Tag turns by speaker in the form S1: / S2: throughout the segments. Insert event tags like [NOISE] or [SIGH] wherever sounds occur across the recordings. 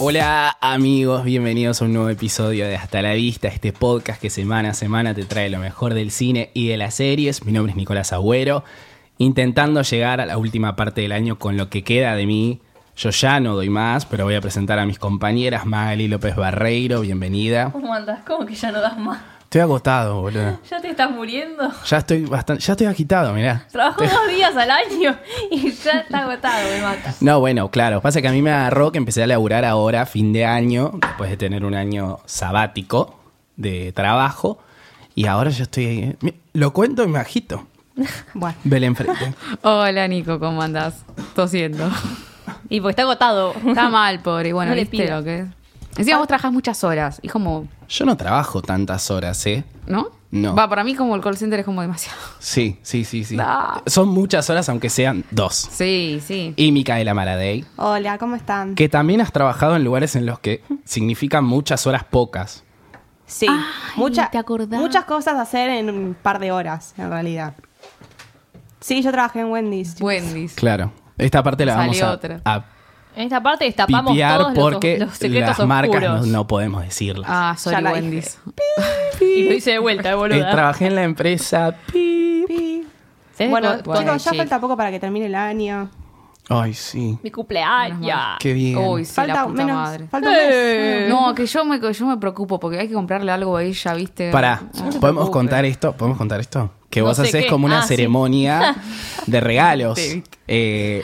S1: Hola amigos, bienvenidos a un nuevo episodio de Hasta la Vista, este podcast que semana a semana te trae lo mejor del cine y de las series. Mi nombre es Nicolás Agüero, intentando llegar a la última parte del año con lo que queda de mí. Yo ya no doy más, pero voy a presentar a mis compañeras Magali López Barreiro, bienvenida.
S2: ¿Cómo andas? ¿Cómo que ya no das más?
S1: Estoy agotado, boludo.
S2: ¿Ya te estás [LAUGHS] muriendo?
S1: Ya estoy bastante, ya estoy agitado, mirá.
S2: Trabajo dos días al año [LAUGHS] y ya está agotado, me mata.
S1: No, bueno, claro. Pasa que a mí me agarró que empecé a laburar ahora, fin de año, después de tener un año sabático de trabajo. Y ahora yo estoy. ahí. eh. Mi- Lo cuento y me agito.
S3: [LAUGHS] Bueno.
S1: Belén Frente.
S3: Hola Nico, ¿cómo andás? Tosiendo.
S2: Y porque está agotado.
S3: Está mal, pobre. y Bueno,
S2: No le
S3: viste
S2: pidas.
S3: lo que es. Encima vos trabajás muchas horas. Y como,
S1: Yo no trabajo tantas horas, ¿eh?
S3: ¿no?
S1: No.
S3: Va, para mí como el call center es como
S1: [LAUGHS]
S3: demasiado.
S1: Sí, sí, sí, sí.
S3: No.
S1: Son muchas horas, aunque sean dos.
S3: Sí, sí.
S1: Y Micaela Maradei,
S4: Hola, ¿cómo están?
S1: que también has trabajado en lugares en los que significan muchas horas pocas.
S4: Sí, mucha- muchas cosas a hacer en un par de horas, en realidad. Sí, yo trabajé en Wendy's. chicos.
S3: Wendy's.
S1: Claro. Esta parte la
S3: Salió
S1: vamos
S3: otra.
S1: a, a
S2: En esta parte destapamos todos
S1: pipiar
S2: los-
S1: porque
S2: los, secretos
S1: las marcas no,
S2: oscuros.
S1: no podemos decirlas.
S3: Ah,
S4: Ya
S3: sorry
S4: la
S3: Wendy's.
S2: Y lo hice de vuelta,
S1: Eh,
S2: boluda.
S1: trabajé en la empresa. pi.
S4: Pi.
S2: ¿Sabés
S4: Bueno,
S2: cuál-
S4: chicos,
S2: cuál-
S4: ya
S3: sí.
S4: falta poco para que termine el año.
S1: Ay, sí.
S2: Mi cumpleaños.
S1: Qué bien.
S3: Uy, sí,
S4: falta
S3: la puta
S4: menos,
S3: madre.
S4: falta un mes.
S2: Eh.
S3: No, que yo me, yo me preocupo porque hay que comprarle algo a ella, ¿viste?
S1: Pará,
S3: Ah.
S1: ¿podemos contar esto? ¿Podemos contar esto? Que
S2: No
S1: vos
S2: sé
S1: haces
S2: qué.
S1: como una
S2: Ah, sí. [LAUGHS]
S1: ceremonia de regalos.
S3: Sí, viste.
S1: Eh,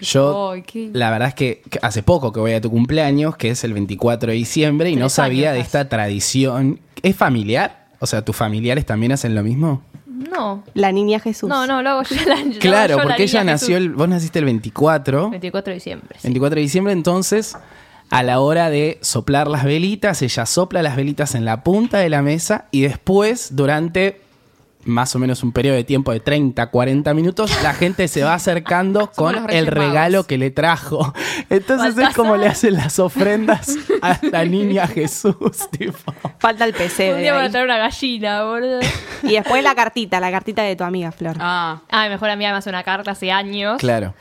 S1: yo,
S3: Ay, qué-
S1: la verdad es que que hace poco que voy a tu cumpleaños, que es el 24 de diciembre, y no
S2: Tres
S1: sabía
S2: años
S1: de esta tradición. ¿Es familiar? O sea, ¿tus familiares también hacen lo mismo?
S2: No.
S4: La niña Jesús.
S2: No, no, lo hago yo la lo
S1: claro,
S2: hago yo la
S1: porque ella
S2: niña
S1: nació,
S2: Jesús.
S1: el, vos naciste el 24.
S2: 24 de diciembre. sí.
S1: 24 de diciembre, entonces, a la hora de soplar las velitas, ella sopla las velitas en la punta de la mesa y después, durante más o menos un periodo de tiempo de 30, 40 minutos, la gente se va
S2: [LAUGHS]
S1: acercando con
S3: los
S1: el
S3: Reyes
S1: regalo
S3: Magos.
S1: que le trajo. Entonces es
S2: Baltasar.
S1: como le hacen las ofrendas a la niña Jesús, [LAUGHS] tipo.
S4: Falta el
S2: Un
S4: PC.
S2: día voy a traer una gallina, boludo.
S4: Y después la cartita, la cartita de tu amiga, Flor.
S3: Ah,
S2: Ah, mi mejor amiga me hace una carta hace años.
S1: Claro.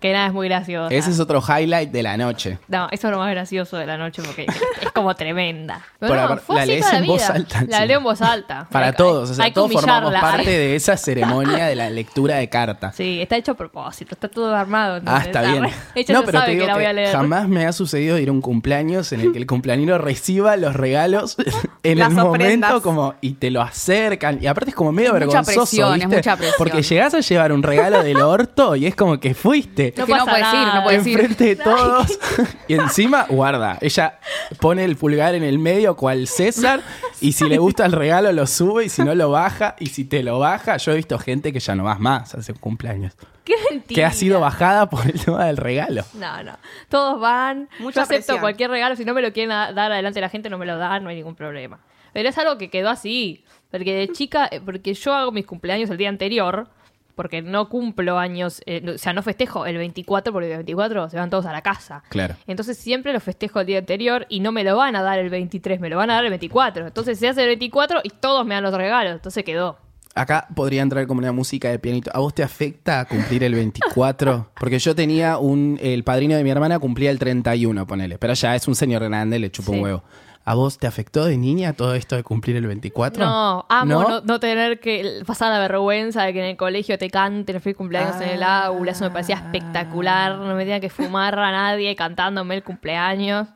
S2: Que nada, es muy gracioso.
S1: Ese es otro highlight de la noche.
S2: No, eso es lo más gracioso de la noche porque es como tremenda. [LAUGHS] Pero
S1: Por
S2: no,
S1: apar-
S2: fue
S1: la
S2: así
S1: lees
S2: toda
S1: en
S2: la
S1: voz
S2: vida.
S1: alta,
S2: La
S1: sí.
S2: leo en voz alta.
S1: Para
S2: Hay-
S1: todos, o sea,
S2: hay que
S1: todos formamos
S2: humillarla.
S1: parte de esa ceremonia de la lectura de cartas.
S2: Sí, está hecho a propósito, está todo armado.
S1: Ah,
S2: ¿entendés?
S1: está bien.
S2: [LAUGHS] Ella no, sabe que la voy a leer.
S1: jamás me ha sucedido ir a un cumpleaños en el que el cumpleañero reciba los regalos en
S4: Las
S1: el
S4: ofrendas.
S1: momento como y te lo acercan. Y aparte es como medio
S3: Mucha
S1: vergonzoso,
S3: presión, es
S1: ¿viste?
S3: mucha presión.
S1: Porque llegás a llevar un regalo del orto y es como que fuiste.
S2: No
S3: que no
S2: pasa
S3: puedes ir,
S2: nada.
S3: no puedes ir.
S1: Enfrente de todos. [LAUGHS] Y encima, guarda, ella pone el pulgar en el medio cual César y si le gusta el regalo lo sube y si no lo baja y si te lo baja, yo he visto gente que ya no vas más hace cumpleaños.
S2: [LAUGHS] Qué mentira.
S1: Que ha sido bajada por el tema del regalo.
S2: No, no. Todos van.
S4: Mucha
S2: Yo acepto
S4: presión.
S2: cualquier regalo. Si no me lo quieren a- dar adelante la gente, no me lo dan, no hay ningún problema. Pero es algo que quedó así. Porque de chica, eh, porque yo hago mis cumpleaños el día anterior, porque no cumplo años, eh, no- o sea, no festejo el 24, porque el 24 se van todos a la casa.
S1: Claro.
S2: Entonces siempre lo festejo el día anterior y no me lo van a dar el 23, me lo van a dar el 24. Entonces se hace el 24 y todos me dan los regalos. Entonces quedó.
S1: Acá podría entrar como una música de pianito. ¿A vos te afecta cumplir el 24? Porque yo tenía un. El padrino de mi hermana cumplía el 31, ponele. Pero ya es un señor grande, le chupa
S2: Sí.
S1: un huevo. ¿A vos te afectó de niña todo esto de cumplir el 24?
S2: No, amo ¿No? no tener que pasar la vergüenza de que en el colegio te canten fui cumpleaños en el aula. Eso me parecía
S1: Ah.
S2: espectacular. No me tenía que fumar a nadie cantándome el cumpleaños.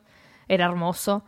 S2: Era hermoso.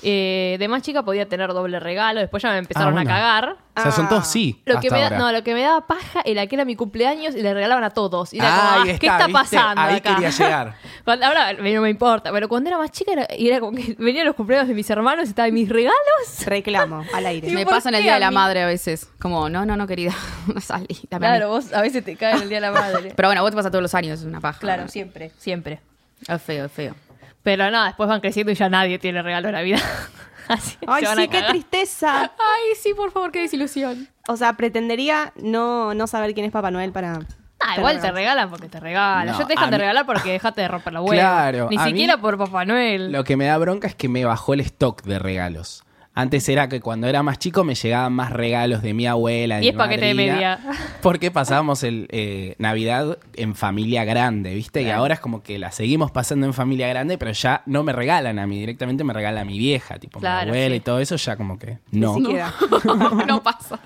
S2: Eh, de más chica podía tener doble regalo. Después ya me empezaron
S1: bueno.
S2: a cagar.
S1: O sea, son
S4: Ah.
S1: todos sí.
S2: Lo que,
S1: Ah, hasta
S2: me da-
S1: ahora.
S2: no, lo que me daba paja era que era mi cumpleaños y le regalaban a todos. Y era como,
S1: Ahí
S2: ah,
S1: está,
S2: ¿qué está
S1: ¿viste?
S2: pasando
S1: Ahí
S2: acá?
S1: quería llegar.
S2: [LAUGHS] Cuando- ahora no me importa, pero cuando era más chica era, y era como que [LAUGHS] venían los cumpleaños de mis hermanos y estaba mis regalos.
S4: Reclamo, al aire.
S3: me
S2: por
S3: pasa en el
S2: qué
S3: día de
S2: a
S3: la
S2: mí?
S3: madre a veces. Como, no, no, no, querida. [LAUGHS] No salí. dame a mí.
S2: Claro, vos a veces te cae el día de la [LAUGHS] madre.
S3: Pero bueno, vos te pasa todos los años, es una paja.
S2: Claro, siempre. Siempre.
S3: Es feo, es feo.
S2: Pero no, después van creciendo y ya nadie tiene regalo en la vida. [LAUGHS] Así
S4: Ay,
S2: se van
S4: sí,
S2: a
S4: qué
S2: cagar.
S4: tristeza.
S3: Ay, sí, por favor, qué desilusión.
S4: O sea, pretendería no, no saber quién es Papá Noel para...
S2: Ah, igual te regalan porque te regalan.
S1: No,
S2: Yo te
S1: a
S2: dejan de
S1: mí-
S2: regalar porque dejaste de romper la hueá.
S1: Claro,
S2: Ni
S1: a mí-
S2: siquiera por Papá Noel.
S1: Lo que me da bronca es que me bajó el stock de regalos. Antes era que cuando era más chico me llegaban más regalos de mi abuela. De
S2: Diez
S1: mi
S2: paquetes de
S1: madrina,
S2: media.
S1: Porque pasábamos el eh, Navidad en familia grande, ¿viste? Y ahora es como que la seguimos pasando en familia grande, pero ya no me regalan a mí, directamente me regala a mi vieja, tipo
S2: Claro,
S1: mi abuela
S2: sí.
S1: y todo eso, ya como que no.
S4: Ni siquiera.
S3: [LAUGHS] no pasa.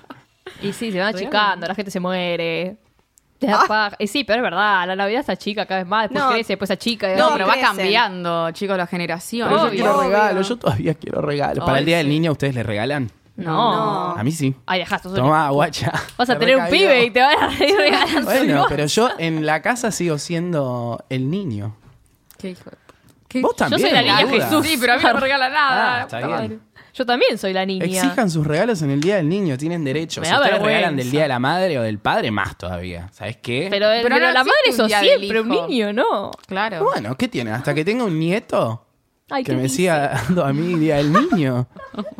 S2: Y sí, se van achicando, la gente se muere. Te da paja. Y sí, pero es verdad, la Navidad está chica cada vez más, después
S4: No.
S2: crece, después achica. y
S3: No,
S4: No,
S2: así.
S3: pero va
S4: crecen.
S3: cambiando, chicos, la generación.
S1: Pero yo
S2: Obvio.
S1: quiero
S4: Obvio.
S1: regalos, yo todavía quiero regalos. Para
S3: Ay,
S1: el Día del
S3: sí.
S1: Niño, ¿ustedes les regalan?
S2: no.
S4: No.
S1: A mí sí.
S2: Ay, dejá, sos un-
S1: Toma, guacha.
S2: Vas a
S1: Te
S2: tener un
S1: recabió.
S2: pibe y te van a [LAUGHS] reír regalando.
S1: Bueno, pero yo en la casa sigo siendo el niño.
S3: ¿Qué hijo de pu- ¿Qué?
S1: Vos también.
S2: soy la
S1: boluda.
S2: niña Jesús.
S3: Sí, pero a mí no me regala nada.
S1: Ah, está
S3: puta
S1: bien.
S3: madre.
S2: Yo también soy la niña.
S1: Exijan sus regalos en el Día del Niño, tienen derecho.
S2: Me
S1: Si
S2: da
S1: ustedes
S2: vergüenza.
S1: regalan del Día de la Madre o del Padre, más todavía. ¿Sabes qué?
S2: Pero, el-
S3: Pero
S2: pero
S3: no
S2: la madre
S3: existe un
S2: sos
S3: día del
S2: siempre un
S3: hijo.
S2: niño, ¿no?
S3: Claro.
S1: Bueno, ¿qué tiene? Hasta que tenga un nieto
S2: Ay,
S1: que
S2: ¿qué
S1: me
S2: dice?
S1: siga dando a mí Día del
S2: [LAUGHS]
S1: Niño.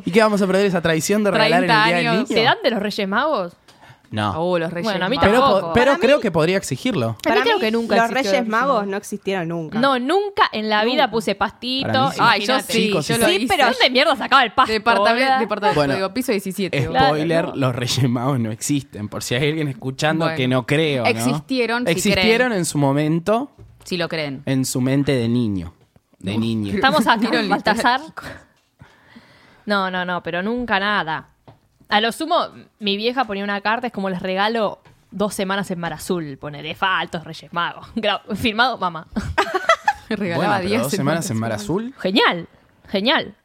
S1: ¿Y qué vamos a perder esa tradición de regalar en el
S3: 30
S1: Día del
S3: años.
S1: Niño?
S2: ¿Se dan de los Reyes Magos?
S1: No.
S3: Oh, los reyes.
S2: Bueno, a mí
S3: Magos.
S1: Pero, po-
S2: tampoco.
S1: pero
S4: Para
S1: creo
S4: mí-
S1: que podría exigirlo.
S2: Para mí creo que nunca
S4: los
S2: existió
S4: Reyes
S2: el
S4: Magos no existieron nunca.
S2: No, nunca en la vida puse
S1: Para
S2: pastito.
S1: mí sí.
S3: Ay, yo
S2: imagínate.
S3: sí,
S1: Chicos,
S3: yo
S1: sí,
S3: lo
S1: sí,
S3: hice.
S2: Pero ¿dónde mierda sacaba el pasto?
S3: Departamento,
S2: boluda?
S3: departamento,
S1: Bueno.
S3: digo, piso 17. boludo.
S1: Spoiler,
S2: no.
S1: los Reyes Magos no existen. Por si hay alguien escuchando
S3: Bueno.
S1: que no creo. ¿no?
S3: Existieron, si
S1: Existieron en su momento,
S3: Si lo creen.
S1: en su mente de niño. De niño.
S2: Estamos acá
S3: Tiro
S2: en
S3: el
S2: Baltasar. No, no, no, pero nunca nada. A lo sumo, mi vieja ponía una carta, es como les regalo dos semanas en Mar Azul. Poneré faltos Reyes Magos. [LAUGHS] Gra- Firmado, mamá.
S3: [LAUGHS] Regalaba
S1: Bueno, pero
S3: 10
S1: dos semanas en Mar Azul.
S2: Genial, genial.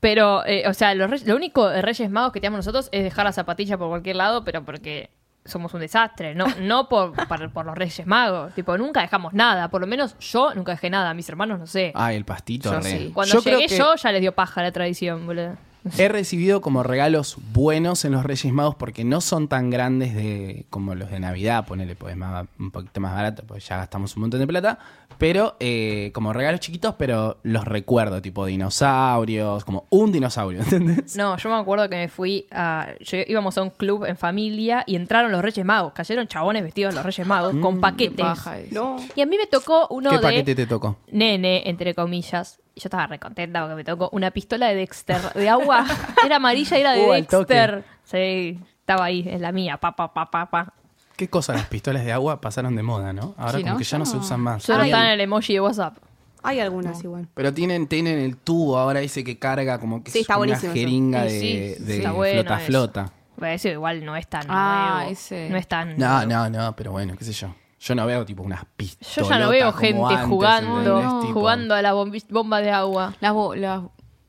S2: Pero, eh, o sea, los reyes- lo único de Reyes Magos que tenemos nosotros es dejar la zapatilla por cualquier lado, pero porque somos un desastre, [LAUGHS] no, no por, para- por los Reyes Magos. Tipo, nunca dejamos nada, por lo menos yo nunca dejé nada, mis hermanos no sé.
S1: Ay, Ah, el pastito
S3: Yo
S1: re.
S3: sí.
S2: Cuando
S1: Yo creo
S2: llegué
S1: que
S2: Ah, yo ya les dio paja la tradición, boludo.
S1: He recibido como regalos buenos en los Reyes Magos porque no son tan grandes de, como los de Navidad, ponele, pues más, un poquito más barato, pues ya gastamos un montón de plata, pero eh, como regalos chiquitos, pero los recuerdo, tipo dinosaurios, como un dinosaurio, [LAUGHS] ¿entendés?
S2: No, yo me acuerdo que me fui a. yo- íbamos a un club en familia y entraron los Reyes Magos. Cayeron chabones vestidos los Reyes Magos con paquetes.
S3: Baja eso.
S4: No.
S2: Y a mí me tocó uno
S1: ¿Qué
S2: de.
S1: paquete te tocó?
S2: nene, entre comillas. y Yo estaba recontenta porque me tocó una pistola de Dexter, de agua. [LAUGHS] Era amarilla y era de
S1: Uh, al toque.
S2: Dexter. Sí, estaba ahí, es la mía, pa, pa, pa, pa, pa.
S1: ¿Qué cosa? Las pistolas de agua pasaron de moda, ¿no? Ahora
S3: Sí,
S1: como
S3: ¿no?
S1: que ya no se usan más.
S2: Solo
S1: Ay,
S2: estaba en el emoji de WhatsApp.
S4: Hay algunas igual.
S1: Pero tienen, tienen el tubo ahora dice que carga como que
S4: Sí,
S1: es
S4: está
S1: una
S4: buenísimo eso.
S1: jeringa
S2: Y
S1: de,
S2: sí,
S1: de
S2: está
S1: flota
S2: bueno eso.
S1: flota.
S2: Pero eso igual no es tan
S3: Ah,
S2: nuevo.
S3: ese.
S2: No es tan.
S1: No, no, no, pero bueno, qué sé yo. Yo no veo tipo unas pistas.
S2: Yo ya no veo gente jugando,
S3: ¿entendés? Tipo-
S2: jugando a la bombi- bomba de agua.
S3: Las bo- las-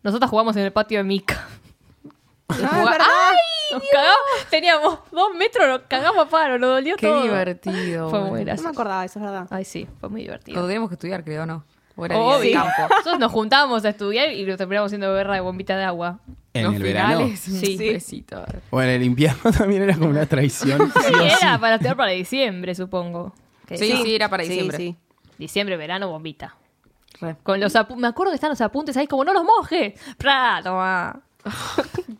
S2: Nosotras jugamos en el patio de Mica. [LAUGHS]
S4: No, es verdad.
S2: Nos cagamos, teníamos dos metros, nos cagamos a paro, nos dolió
S3: Qué
S2: todo.
S3: divertido.
S2: Fue muy
S3: boludo.
S4: No me
S2: gracioso.
S4: acordaba, eso es verdad.
S2: Ay, sí, fue muy divertido.
S3: Cuando teníamos que estudiar, creo, ¿no? O era día de
S2: Obvio.
S3: campo.
S2: [LAUGHS] Nosotros nos juntábamos a estudiar y lo terminamos haciendo guerra de bombita de agua.
S1: [LAUGHS] En
S3: Los
S1: el verano.
S3: finales, un
S2: Sí.
S3: besito.
S1: O en el invierno [LAUGHS] también era como una traición.
S2: [LAUGHS]
S1: sí o sí.
S2: era para estudiar para diciembre, supongo. Que
S3: Sí,
S2: no,
S3: sí, era para
S4: Sí,
S3: diciembre.
S4: sí.
S2: Diciembre, verano, bombita. [LAUGHS]
S3: Re.
S2: Con los apu- Me acuerdo que están los apuntes ahí como no los mojes. Pra, toma.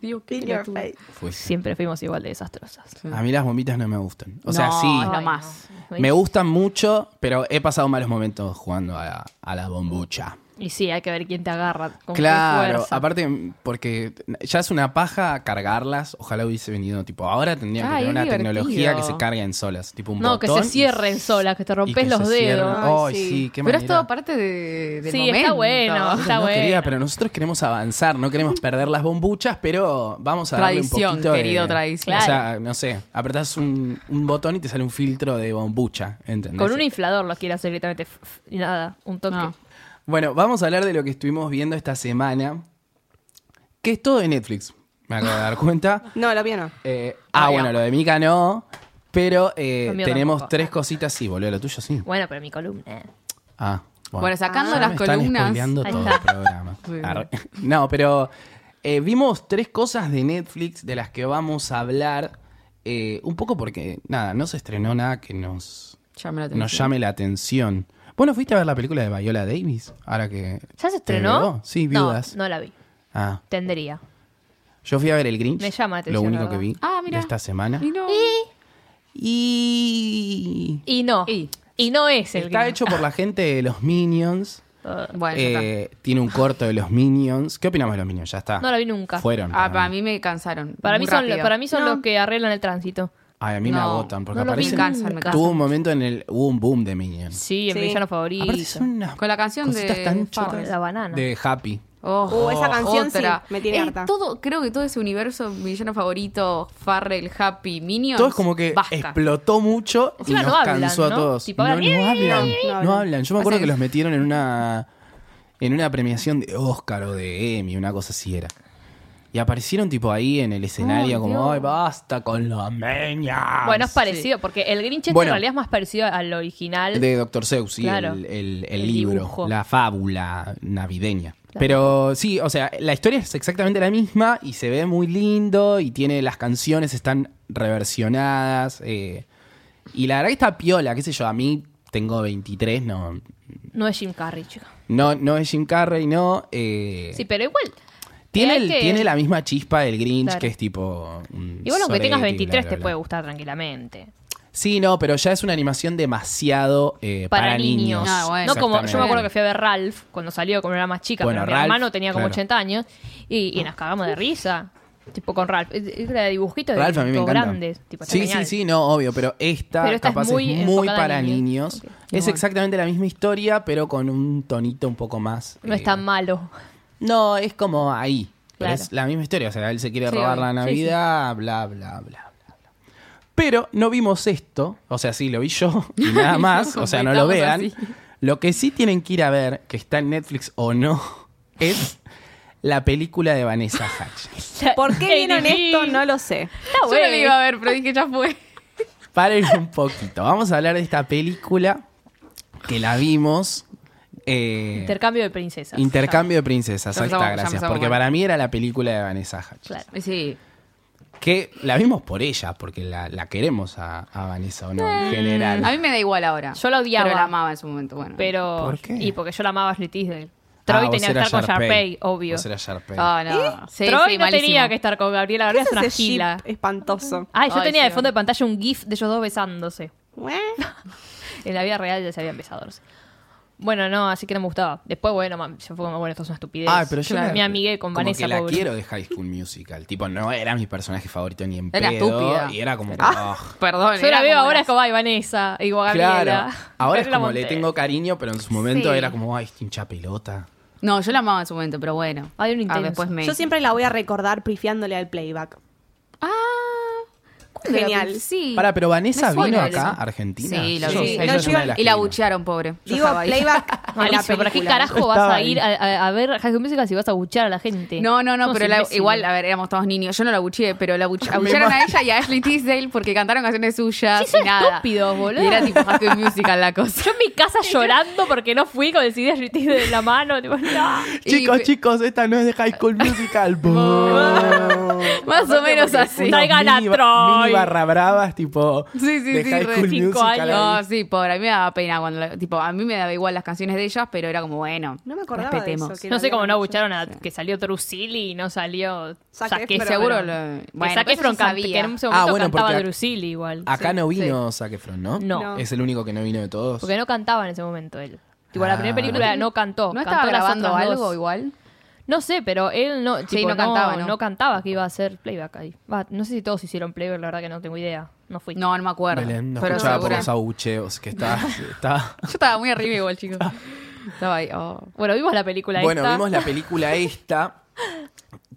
S3: Dios, qué
S4: In your
S3: pelotudo.
S4: face.
S1: Fue eso.
S2: Siempre fuimos igual de desastrosas.
S1: A mí las bombitas no me gustan. O sea,
S3: No,
S1: sí.
S3: no.
S2: Ay,
S3: más.
S2: no.
S1: Me gustan mucho, pero he pasado malos momentos jugando a la, a la bombucha.
S2: Y sí, hay que ver quién te agarra. Con qué
S1: Claro,
S2: fuerza.
S1: aparte, porque ya es una paja cargarlas. Ojalá hubiese venido, tipo, ahora tendría que
S3: Ay,
S1: tener
S3: es
S1: una
S3: divertido.
S1: tecnología que se carguen solas. Tipo un
S2: No, que se
S1: botón y-
S2: cierren solas, que te
S1: y que
S2: rompes los
S1: se cierren.
S2: dedos.
S1: Ay,
S4: Ay,
S1: sí.
S4: sí.
S1: qué
S3: Pero es
S1: manera.
S3: todo parte de, del
S2: Sí,
S3: momento.
S2: está bueno. Está
S1: no,
S2: bueno.
S1: querida, pero nosotros queremos avanzar, no
S2: Mm.
S1: queremos perder las bombuchas, pero vamos a darle
S3: Tradición,
S1: un poquito de-
S3: querido, tradición.
S1: O sea, no sé, apretás un, un botón y te sale un filtro de bombucha, ¿entendés?
S2: Con un inflador lo quiero hacer directamente. f- f- Y nada, un toque.
S3: No.
S1: Bueno, vamos a hablar de lo que estuvimos viendo esta semana, que es todo de Netflix, me acabo de dar cuenta.
S4: No, lo mío no.
S1: Eh, ah,
S3: Ah,
S1: bueno,
S3: ya.
S1: lo de Mika no, pero eh,
S2: Lo mío
S1: tenemos
S2: tampoco.
S1: tres cositas, sí, boludo, lo tuyo sí.
S2: Bueno, pero mi columna.
S1: Ah,
S3: Bueno, sacando
S1: Ya
S3: las
S1: me están
S3: columnas.
S1: spoileando
S2: Ahí
S1: todo
S2: está.
S1: el
S2: [LAUGHS]
S1: programa.
S3: Sí.
S1: Arre. No, pero eh, vimos tres cosas de Netflix de las que vamos a hablar. eh, un poco porque, nada, no se estrenó nada que nos,
S3: Llame la
S1: nos
S3: atención.
S1: llame la atención. Bueno, fuiste a ver la película de Viola Davis? Ahora que.
S2: ¿Ya se
S1: te
S2: estrenó?
S1: agregó? Sí, viudas.
S2: No, no la vi.
S1: Ah,
S2: Tendería.
S1: yo fui a ver El Grinch.
S2: Me llama la
S1: Lo
S2: atención,
S1: único
S2: la
S1: que
S2: verdad.
S1: vi
S3: Ah, mira.
S1: de esta semana.
S3: Y no.
S1: Y.
S2: Y no.
S3: Y.
S2: Y no es el
S1: Está
S2: Grinch.
S1: hecho por la gente de los Minions.
S3: [LAUGHS]
S2: Ah,
S3: Bueno, ya está.
S1: Eh, tiene un corto de los Minions. ¿Qué opinamos de los Minions? Ya está.
S2: No la vi nunca.
S1: Fueron.
S3: Ah, para mí me cansaron.
S2: Para
S3: muy
S2: mí, son,
S3: rápido.
S2: para mí son
S4: No.
S2: los que arreglan el tránsito.
S1: Ay, a mí me
S3: No,
S1: agotan. Porque
S3: no los vi,
S1: aparecen-
S3: me cansan, me cansan.
S1: Tuvo un momento en el. Hubo un boom de Minions.
S2: Sí, el
S4: Sí.
S2: villano favorito.
S1: Aparte son unas
S3: Con la canción
S1: cositas
S3: de
S1: tan
S3: Farrell.
S1: chotas.
S2: La banana.
S1: De Happy.
S3: Oh,
S4: Uh, esa canción sí,
S3: otra.
S4: me tiene
S3: Eh,
S4: harta.
S3: todo, creo que todo ese universo, mi villano favorito, Farrell, Happy, Minions.
S1: Todo es como que
S3: basta.
S1: explotó mucho y
S2: Encima
S1: nos
S2: no hablan,
S1: cansó a
S2: ¿no?
S1: todos.
S2: Tipo,
S1: no,
S2: hablan,
S1: no hablan,
S4: no
S1: no
S4: hablan.
S1: hablan. Yo me acuerdo
S3: Hacen-
S1: que los metieron en una en una premiación de Oscar o de Emmy, una cosa así era. Y aparecieron tipo ahí en el escenario
S2: Ay,
S1: como,
S2: Dios.
S1: ay, basta con los meñas.
S2: Bueno, es parecido, porque el Grinch este
S1: Bueno.
S2: en realidad es más parecido al original.
S1: El de Dr. Seuss, sí,
S2: Claro.
S1: el, el- el
S2: El
S1: libro,
S2: dibujo.
S1: la fábula navideña. Pero sí, o sea, la historia es exactamente la misma y se ve muy lindo y tiene las canciones están reversionadas. eh, y la verdad que está piola, qué sé yo, a mí tengo 23, no,
S2: No es Jim Carrey, chica.
S1: no, no es Jim Carrey, no. eh,
S2: Sí, pero igual.
S1: tiene,
S2: eh,
S1: el-
S2: hay que-
S1: tiene la misma chispa del Grinch
S2: Claro.
S1: que es tipo... un
S2: Igual aunque tengas
S1: sorete y bla,
S2: 23
S1: bla,
S2: te
S1: bla.
S2: puede gustar tranquilamente.
S1: Sí, no, pero ya es una animación demasiado eh, para, niños.
S3: Ah, bueno.
S2: No como, yo me
S1: Exactamente.
S2: acuerdo que fui a ver Ralph cuando salió, cuando era más chica,
S1: Bueno,
S2: pero mi
S1: Ralph,
S2: hermano tenía como
S1: claro.
S2: 80 años y, y nos cagamos de risa. Tipo con Ralph. Es- Era de dibujitos de
S1: Ralph a mí me
S2: dibujitos
S1: encanta.
S2: grandes. Tipo,
S1: sí, sí, sí, no, obvio, pero esta,
S2: Pero esta es
S1: capaz es
S2: muy
S1: muy,
S2: enfocada
S1: para
S2: a
S1: niños.
S2: niños. Ok.
S1: Es
S3: Bueno.
S1: exactamente la misma historia, pero con un tonito un poco más.
S2: No
S1: eh,
S2: es tan malo. [LAUGHS]
S1: No, es como ahí. Pero
S2: Claro.
S1: es la misma historia, o sea, él se quiere
S3: Sí,
S1: robar
S3: obvio.
S1: la
S3: Sí, sí.
S1: Navidad, bla, bla, bla, bla. bla. Pero no vimos esto, o sea, sí, lo vi yo [LAUGHS] y nada más, o sea, no lo vean.
S3: Comentamos así.
S1: Lo que sí tienen que ir a ver, que está en Netflix o no, [LAUGHS] es la película de Vanessa Hatch.
S2: [LAUGHS]
S4: ¿Por qué vieron esto? No lo sé.
S2: Está
S3: Yo no
S2: bueno.
S3: la iba a ver, pero dije, ya fue.
S1: Paren un poquito. Vamos a hablar de esta película que la vimos. eh,
S2: Intercambio de princesas.
S1: Intercambio de princesas,
S3: Ya
S1: ahí está,
S3: empezamos- ya
S1: gracias.
S3: empezamos
S1: Porque
S3: mal.
S1: para mí era la película de Vanessa Hutch.
S2: Claro.
S3: Sí.
S1: Que la vimos por ella, porque la, la queremos a, a Vanessa o no, en
S2: Eh,
S3: A
S1: general.
S3: mí me da igual ahora.
S2: Yo la odiaba.
S3: Pero la amaba en su momento, bueno.
S2: Pero.
S1: ¿Por qué?
S2: Y porque yo la amaba a Slit Tisdale.
S1: Ah,
S2: Troy
S1: vos
S2: tenía que
S1: eras
S2: estar con Sharpay, obvio.
S1: Vos eras Sharpay.
S3: Ah, no. Sí,
S2: Troy
S3: sí,
S2: ¿Eh? no
S3: malísimo.
S2: tenía que estar con Gabriela.
S4: ¿Qué
S2: Gabriela
S4: es
S2: es una
S4: ese ship
S2: gila. Ah.
S4: espantoso?
S2: Ay, yo
S3: Ay,
S2: tenía
S3: sí,
S2: de fondo
S3: bueno.
S2: de pantalla un GIF de ellos dos besándose.
S4: Bueno,
S2: [LAUGHS] En la vida real ya se habían besado. no sé. Bueno, no, así que no me gustaba. Después, bueno, mam, yo fue como, bueno, esto es una estupidez.
S1: Ay, pero yo la-
S2: me amigué con
S1: como
S2: Vanessa,
S1: que la
S2: pobre.
S1: quiero de High School Musical. Tipo, no era mi personaje favorito ni en
S3: Era
S1: pedo,
S3: estúpida.
S1: Y era como...
S2: Ah,
S1: ah, "Ugh".
S3: Perdón.
S2: Yo la
S3: era
S2: veo
S3: como
S2: ahora
S3: las-
S2: como, ay, Vanessa, igual Gabriela.
S1: Claro.
S2: [LAUGHS]
S1: Ahora es
S2: Gabriela
S1: como le
S2: Monte.
S1: tengo cariño, pero en su momento
S2: Sí.
S1: era como, ay, hincha pelota.
S3: No, yo la amaba en su momento, pero bueno.
S2: Hay un
S3: Ah,
S2: intenso.
S3: después me...
S4: yo siempre la voy a recordar prifiándole al playback.
S3: Ah. ¿cuándo era?
S4: Genial.
S3: Sí.
S1: Para, pero Vanessa
S3: Me suena
S1: vino
S3: eso.
S1: acá, a Argentina.
S3: Sí, la
S1: Yo-
S3: vi.
S1: ella
S4: No,
S1: es
S4: yo-
S1: una de las
S3: y
S1: que
S3: la
S1: vino.
S3: buchearon, pobre. Yo
S4: Digo,
S3: estaba
S2: [LAUGHS]
S3: ahí.
S4: playback en la
S2: Mauricio, ¿para qué
S4: película.
S2: carajo
S1: Yo
S2: vas
S1: estaba
S2: a ir a, a- a ver High School Musical si vas a buchar a la gente?
S3: No, no, no,
S2: Somos
S3: pero la-
S2: imbéciles.
S3: igual, a ver, éramos todos niños. Yo no la buché, pero la [LAUGHS] buche- abuchearon a ella y a Ashley Tisdale porque cantaron canciones suyas
S2: Sí, son
S3: y nada.
S2: estúpidos, boludo.
S3: Y era tipo High School Musical la cosa.
S2: Yo en mi casa llorando porque no fui con el CD Argentina de la mano. tipo, no.
S1: Chicos,
S3: Y-
S1: chicos, esta no es de High School
S3: [LAUGHS]
S1: Musical.
S3: Más o menos así.
S2: Unos Traigan a
S1: mini,
S2: Troy.
S1: mini barra bravas, tipo.
S3: [LAUGHS] Sí, sí,
S1: de
S3: sí,
S1: High
S3: re
S1: School
S2: cinco
S1: Musical.
S3: No,
S1: ahí.
S3: sí, pobre, a mí me daba pena cuando, la- tipo, a mí me daba igual las canciones de ellas, pero era como, bueno,
S4: No me acordaba de
S3: respetemos.
S4: eso, que
S2: No sé cómo no
S4: habían
S2: bucharon a que salió Drusili y no salió
S4: Zac
S2: Zac
S4: Efron.
S2: Efron.
S3: Seguro lo-
S2: Que
S3: bueno,
S2: Zac
S3: pero eso
S2: Efron
S3: se
S2: can-
S3: sabía.
S2: que en ese momento
S1: Ah, bueno,
S2: cantaba
S1: porque-
S2: Drusili igual.
S1: Acá
S3: Sí,
S1: no vino Zac Efron, ¿no?
S2: No.
S4: No.
S1: Es el único que no vino de todos.
S2: Porque no cantaba en ese momento él. Tipo,
S1: Ah.
S2: la primera película no cantó.
S3: ¿No
S2: cantó
S3: estaba
S2: las
S3: grabando
S2: otras dos.
S3: algo igual?
S2: No sé, pero él no,
S3: Sí,
S2: tipo,
S3: no
S2: no,
S3: cantaba,
S2: cantaba,
S3: ¿no?
S2: no cantaba que iba a hacer playback ahí. Va, no sé si todos hicieron playback, la verdad que no tengo idea. No fui.
S3: No, no me acuerdo.
S1: Belén, no
S3: pero
S1: escuchaba por
S3: seguro.
S1: los abucheos que
S3: [LAUGHS]
S1: está. está...
S3: Yo estaba muy arriba
S1: [LAUGHS]
S3: igual, chicos. estaba ahí, oh.
S2: Bueno, vimos la película
S1: Bueno,
S2: esta.
S1: vimos la
S2: [LAUGHS]
S1: película esta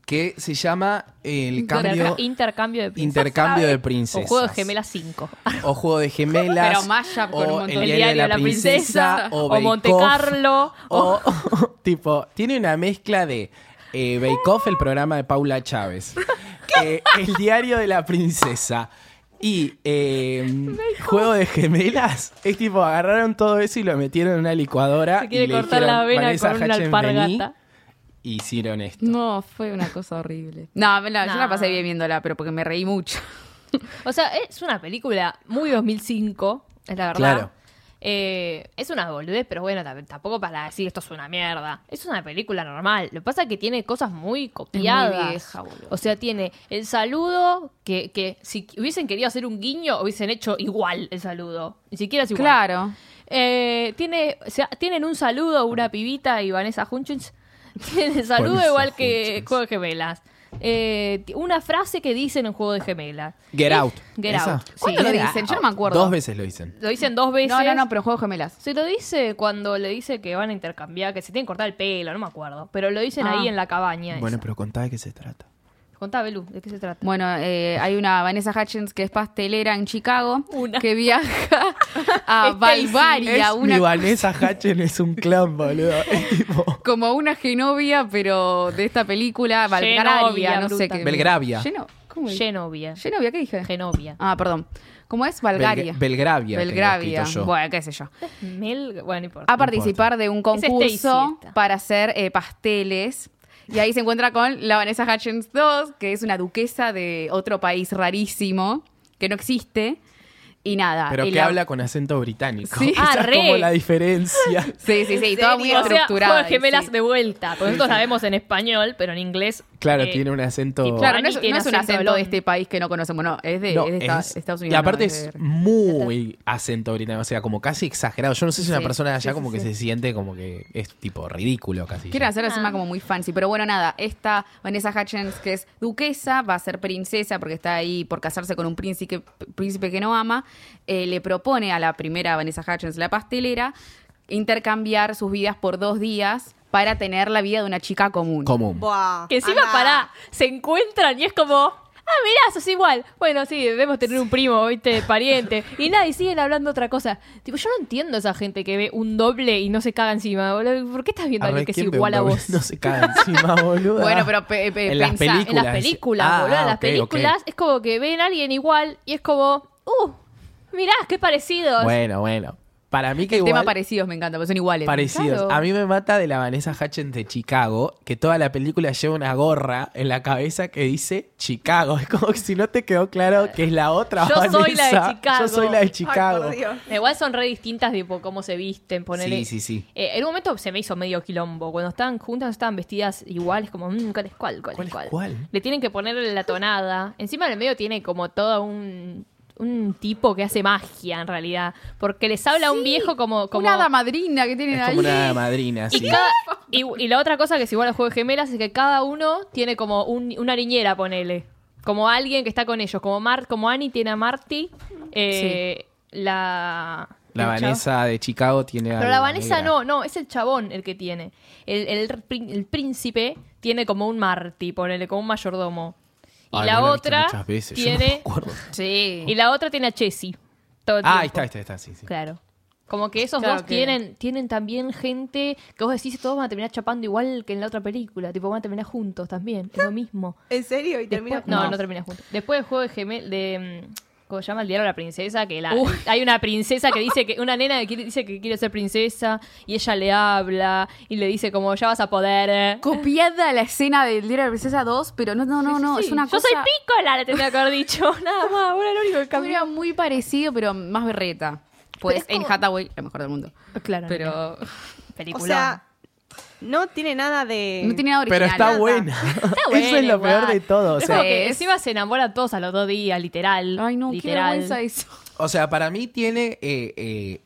S1: que se llama El
S2: Interca-
S1: cambio.
S2: intercambio de princesas.
S1: Intercambio de
S2: O
S1: princesas.
S2: Juego de Gemelas 5.
S1: O Juego de Gemelas.
S3: Pero mashup con
S1: o
S3: un montón.
S1: El diario, de la, princesa. o, Bake
S2: Monte
S1: Off,
S2: Carlo.
S1: O, [LAUGHS] tipo, tiene una mezcla de eh, Bake Off, el programa de Paula Chávez. eh, el diario de la princesa. Y eh, Juego de Gemelas. Es tipo, agarraron todo eso y lo metieron en una licuadora.
S2: Se quiere
S1: y le
S2: cortar
S1: dijeron,
S2: la vena
S1: "Vanessa
S2: con una
S1: Hutchins,
S2: alpargata".
S1: vení", y E". hicieron esto.
S3: No, fue una cosa horrible. [LAUGHS] No, me la- yo
S2: No.
S3: la pasé bien viéndola, pero porque me reí [LAUGHS] mucho.
S2: O sea, es una película muy 2005, es la verdad.
S1: Claro.
S2: Eh, es una boludez, pero bueno, tam- tampoco para decir esto es una mierda. Es una película normal. Lo que pasa es que tiene cosas muy copiadas.
S3: vieja, boludo.
S2: o sea, tiene el saludo que, que si qu- hubiesen querido hacer un guiño, hubiesen hecho igual el saludo. Ni siquiera es igual.
S3: Claro.
S2: Eh, tiene, o sea, tienen un saludo, una pibita y Vanessa [LAUGHS] Hunchins. Tienen saludo
S1: Vanessa
S2: igual que
S1: Hutchins.
S2: Juego de Gemelas. Eh, t- una frase que dicen en Juego de Gemelas.
S1: Get out.
S2: Get
S1: ¿Esa?
S2: out.
S3: ¿Cuándo
S2: Sí.
S3: lo dicen? Yo no me acuerdo.
S1: Dos veces lo dicen.
S2: Lo dicen dos veces.
S3: No, no, no, pero juego gemelas.
S2: Se lo dice cuando le dice que van a intercambiar, que se tienen que cortar el pelo, no me acuerdo. Pero lo dicen
S3: Ah.
S2: ahí en la cabaña.
S1: Bueno,
S2: esa.
S1: pero contá de qué se trata.
S2: Contá, Belu, ¿de qué se trata?
S3: Bueno, eh, hay una Vanessa Hutchins que es pastelera en Chicago
S2: Una. [LAUGHS]
S3: que viaja a
S2: Es
S3: Valvaria, una
S1: Vanessa Hatchen es un clan,
S3: [LAUGHS]
S1: boludo.
S3: como una genovia, pero de esta película, Valgaria,
S2: Genovia,
S3: no sé
S2: bruta.
S3: qué.
S1: Belgravia.
S3: Geno- ¿Cómo dije?
S2: Genovia.
S3: Genovia, ¿qué dije?
S2: Genovia.
S3: ah, perdón. ¿Cómo es? Valgaria.
S1: Belg- Belgravia tengo
S3: Belgravia.
S1: escrito yo.
S3: Bueno, qué sé yo.
S2: Mel- bueno, no importa.
S3: A participar de un
S2: este
S3: concurso
S2: esteticista.
S3: para hacer eh, pasteles. Y ahí se encuentra con la Vanessa Hutchins II, que es una duquesa de otro país rarísimo, que no existe. Y nada.
S1: Pero
S3: y
S1: que
S3: la-
S1: habla con acento británico.
S3: Sí.
S1: [LAUGHS] Esa
S2: Ah,
S1: es
S2: re.
S1: como la
S3: [LAUGHS]
S1: diferencia.
S3: Sí, sí, sí. Toda muy
S2: O sea,
S3: estructurada.
S2: Juego de gemelas
S3: sí.
S2: de vuelta. Porque nosotros la vemos en español, pero en inglés.
S1: Claro,
S2: eh,
S1: tiene un acento.
S2: y
S3: Claro, no es,
S2: Dani tiene
S3: no es un
S2: acento de
S3: acento de
S2: Londres.
S3: este país que no conocemos, no. Es de,
S1: No,
S3: es de esta-
S1: es-
S3: Estados
S1: Y
S3: Unidos. no,
S1: aparte
S3: de-
S1: es muy acento británico, o sea, como casi exagerado. Yo no sé si una
S3: Sí,
S1: persona de allá
S3: sí,
S1: como
S3: sí,
S1: que
S3: sí.
S1: se siente como que es tipo ridículo casi.
S3: Quieren
S1: ya.
S3: hacer
S2: Ah.
S3: encima como muy fancy, pero bueno, nada, esta Vanessa Hutchins, que es duquesa, va a ser princesa porque está ahí por casarse con un príncipe, príncipe que no ama, eh, le propone a la primera Vanessa Hutchins, la pastelera, intercambiar sus vidas por dos días para tener la vida de una chica común.
S1: Común.
S4: Buah,
S2: Que encima
S4: anda.
S2: pará, se encuentran y es como. Ah, mirá, sos igual. Bueno, sí, debemos tener un primo, ¿viste? Pariente. Y nada, y siguen hablando otra cosa. Tipo, yo no entiendo a esa gente que ve un doble y no se caga encima, boludo. ¿Por qué estás viendo a
S1: Arre,
S2: alguien que es
S1: ¿quién ve
S2: igual
S1: un [LAUGHS]
S2: a
S1: doble?
S2: vos? Ah,
S1: No se cae encima, boludo.
S3: Bueno, pero pe- pe-
S1: en las
S3: pensá, en
S1: películas.
S2: En
S3: las
S2: las películas,
S1: Ah,
S2: boludo. En
S1: ah,
S2: las
S1: ok, ok.
S2: películas es como que ven a alguien igual y es como. ¡Uh! Mirá, qué parecido.
S1: Bueno, bueno. Para mí que igual.
S3: Temas parecidos me encanta, porque son iguales.
S1: Parecidos.
S2: Claro.
S1: A mí me mata de la Vanessa Hutchins de Chicago, que toda la película lleva una gorra en la cabeza que dice Chicago. [LAUGHS] Es como que si no te quedó claro que es la otra
S2: Yo
S1: Vanessa.
S2: soy la de
S1: Yo
S2: Chicago.
S1: soy la de
S4: Ay, por
S1: Chicago.
S4: Dios.
S2: Igual son re distintas, tipo, cómo se visten, ponerle.
S1: Sí, sí, sí.
S2: Eh, en un momento se me hizo medio quilombo. Cuando estaban juntas, estaban vestidas iguales, como, mmm, ¿cuál es cuál? ¿Cuál,
S1: ¿Cuál
S2: es
S1: es
S2: cuál?
S1: cuál?
S2: Le tienen que poner la tonada. Encima en el medio tiene como todo un, un tipo que hace magia, en realidad. Porque les habla un viejo como. como
S3: Una hada madrina que tienen
S1: Es
S3: ahí.
S1: como una madrina,
S2: y,
S1: sí.
S2: cada- y, y la otra cosa que es igual al juego de gemelas es que cada uno tiene como un- una niñera, ponele. Como alguien que está con ellos. Como, Mar, como Annie tiene a Marty. eh, La.
S1: La
S2: el chavo-
S1: Vanessa de Chicago tiene
S2: pero la Vanessa no, no, es el chabón el que tiene. El, el prin- el príncipe tiene como un Marty, ponele, como un mayordomo. Y la otra tiene.
S3: Sí.
S2: y la otra tiene a Chessy. todo el
S1: Ah, ahí
S2: tiempo.
S1: está, ahí está, ahí está, sí, sí.
S2: Claro. Como que esos
S3: Claro
S2: dos
S3: que-
S2: tienen, tienen también gente que vos decís, todos van a terminar chapando igual que en la otra película. Tipo, van a terminar juntos también. Es lo mismo.
S4: ¿En serio? ¿Y termina
S2: Después- no,
S4: juntos?
S2: no terminas juntos. Después del juego de gemel de mm, ¿cómo se llama el diario de la princesa? Que la,
S3: Uy.
S2: hay una princesa que dice que, una nena que quiere- dice que quiere ser princesa, y ella le habla, y le dice como ya vas a poder. eh".
S3: Copiada la escena del Diario de la Princesa 2, pero no, no, no, no,
S2: Sí,
S3: es una
S2: Yo
S3: cosa...
S2: soy pícola, le tendría que haber dicho. Nada
S4: Ah,
S2: más, bueno, lo único que cambió.
S3: Era muy parecido, pero más berreta. Pues
S2: Pero es
S3: en
S2: como-
S3: Hathaway, la mejor del mundo.
S2: Claro,
S3: Pero
S2: película.
S4: O sea, no tiene nada de...
S3: no tiene nada
S1: Pero
S3: original.
S1: está buena. [LAUGHS] Eso es
S2: bueno,
S1: lo peor
S2: igual.
S1: de todo. O
S2: Es
S1: sea,
S2: como que
S3: es-
S2: encima se enamoran todos a los dos días, literal.
S3: Ay, no, qué
S2: literal.
S3: vergüenza eso.
S1: O sea, para mí tiene eh, eh,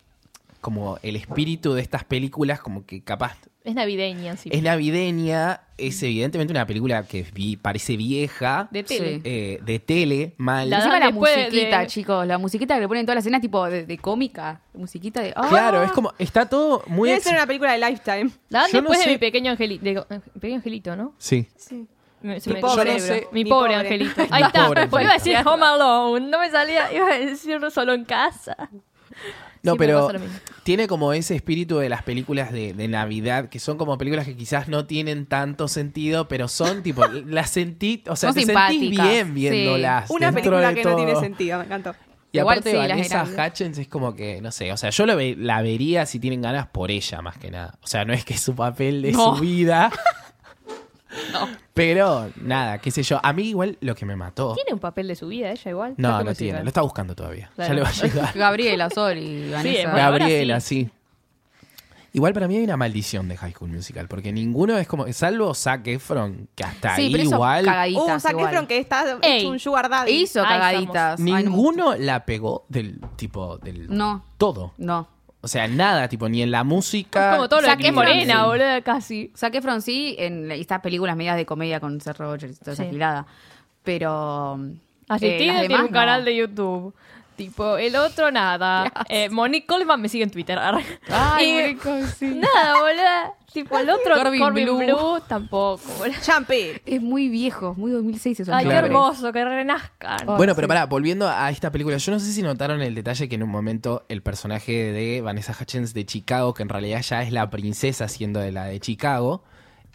S1: como el espíritu de estas películas, como que capaz
S2: Es navideña, sí.
S1: es navideña, es evidentemente una película que vi- parece vieja,
S2: De tele.
S3: Sí.
S1: eh, de tele, mal.
S2: La
S3: Encima
S2: dan
S3: la
S2: después de-
S3: musiquita, chicos. La musiquita que le ponen en todas las escenas, tipo de, de cómica. Musiquita de. ¡ah!
S1: Claro, es como, está todo muy...
S4: Debe
S1: ex-
S4: ser una película de Lifetime.
S2: La dan
S1: Yo no
S2: después
S1: sé-
S2: de mi pequeño angelito. pequeño angelito, ¿no?
S1: Sí.
S4: Sí.
S2: Me- se
S4: Mi
S2: me- yo
S4: pobre,
S2: no
S1: bro.
S2: Mi,
S4: Mi
S2: pobre [LAUGHS]
S4: pobre.
S2: angelito.
S1: Mi
S2: Ahí está.
S1: pobre
S2: Porque iba a
S1: angelito.
S2: decir Home Alone. No me salía. Iba a decirlo solo en casa.
S1: No,
S2: Sí, me
S1: pero
S2: pasa lo mismo.
S1: tiene como ese espíritu de las películas de, de Navidad, que son como películas que quizás no tienen tanto sentido, pero son tipo, las sentí, o sea,
S3: Son
S1: te sentís
S3: simpáticas,
S1: bien
S3: sí.
S1: viéndolas.
S4: Una
S1: dentro
S4: película
S1: de
S4: que no tiene
S1: todo.
S4: sentido, me encantó.
S1: Y
S3: Igual
S1: aparte
S3: sí, las
S1: Vanessa
S3: grande.
S1: Hutchins es como que, no sé, o sea, yo la, ve- la vería si tienen ganas por ella, más que nada. O sea, no es que es su papel de
S3: No.
S1: su vida.
S3: [LAUGHS]
S1: Pero, nada, qué sé yo. A mí igual lo que me mató...
S2: Tiene un papel de su vida ella igual. Creo
S1: No,
S2: que
S1: no
S2: me
S1: tiene,
S2: sigan.
S1: lo está buscando todavía.
S2: Claro.
S1: Ya le va a
S3: [LAUGHS]
S1: llegar.
S3: Gabriela, Sol y
S2: es
S3: Vanessa.
S2: Bueno, ahora
S1: Gabriela, sí. Igual para mí hay una maldición de High School Musical, porque ninguno es como, salvo Zac Efron, que hasta
S3: sí,
S1: ahí
S3: pero hizo
S1: igual,
S3: cagaditas.
S4: Uh, Zac
S3: igual.
S4: Efron que está
S2: Ey.
S4: hecho un sugar daddy.
S3: Hizo
S2: Ay,
S3: cagaditas. Ay, no me
S1: ninguno la pegó del tipo del
S3: No.
S1: todo.
S3: gusta. No.
S1: O sea, nada, tipo, ni en la música.
S2: Como todo lo de
S3: Zac
S2: Cris
S3: Efron,
S2: Morena,
S3: sí.
S2: boludo, casi.
S3: Zac Efron sí en la- estas películas medias de comedia con Seth Rogers y toda esa
S2: Sí.
S3: gilada. Pero. eh,
S2: Argentina tiene
S3: las demás
S2: un
S3: no.
S2: canal de YouTube. Tipo, el otro nada. Eh, Monique Coleman me sigue en Twitter. arre.
S3: Ay,
S2: Y-
S3: marico, sí.
S2: Nada, boludo. Tipo, el otro
S3: Corbin
S2: Corbin,
S3: Blue.
S2: Blue. tampoco, boludo. [LAUGHS]
S4: Champi.
S3: Es muy viejo, muy 2006 eso.
S2: Ay, qué
S1: Claro.
S2: hermoso, que renazcan.
S3: Oh,
S1: Bueno, pero
S3: sí.
S1: pará, volviendo a esta película, yo no sé si notaron el detalle que en un momento el personaje de Vanessa Hutchins de Chicago, que en realidad ya es la princesa siendo de la de Chicago,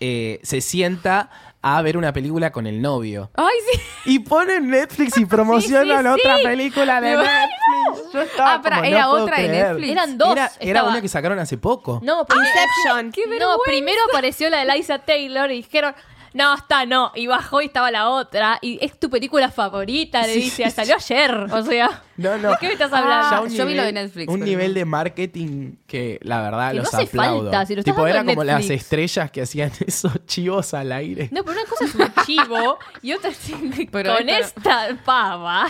S1: eh, se sienta a ver una película con el novio.
S3: Ay, sí.
S1: Y ponen Netflix y promocionan
S2: sí,
S1: otra
S2: sí.
S1: película de
S2: Me vuelvo.
S1: Netflix. Yo estaba
S3: Ah, pará,
S1: como,
S3: era
S1: no puedo
S3: otra de
S1: creer.
S3: Netflix.
S2: Eran dos.
S1: Era, era
S2: estaba-
S1: una que sacaron hace poco.
S2: No, primero-
S4: Inception.
S2: Ah, no, primero apareció la de Liza Taylor y dijeron, no, está no. Y bajó y estaba la otra. Y es tu película favorita, le
S1: Sí,
S2: dice.
S1: sí,
S2: Salió ayer. O sea,
S1: No, no.
S2: ¿de qué me estás
S3: Ah,
S2: hablando?
S1: un
S3: yo vi lo de Netflix,
S1: Un
S3: pero
S1: nivel
S3: no.
S1: de marketing que la verdad
S2: Que no
S1: los
S2: hace
S1: aplaudo.
S2: falta, si lo estás
S1: tipo,
S2: dando
S1: era
S2: en
S1: como las
S2: Netflix.
S1: estrellas que hacían [LAUGHS] esos chivos al aire.
S2: No, pero una cosa es un chivo y otra es [LAUGHS]
S3: Pero
S2: con
S3: esto
S2: esta pava.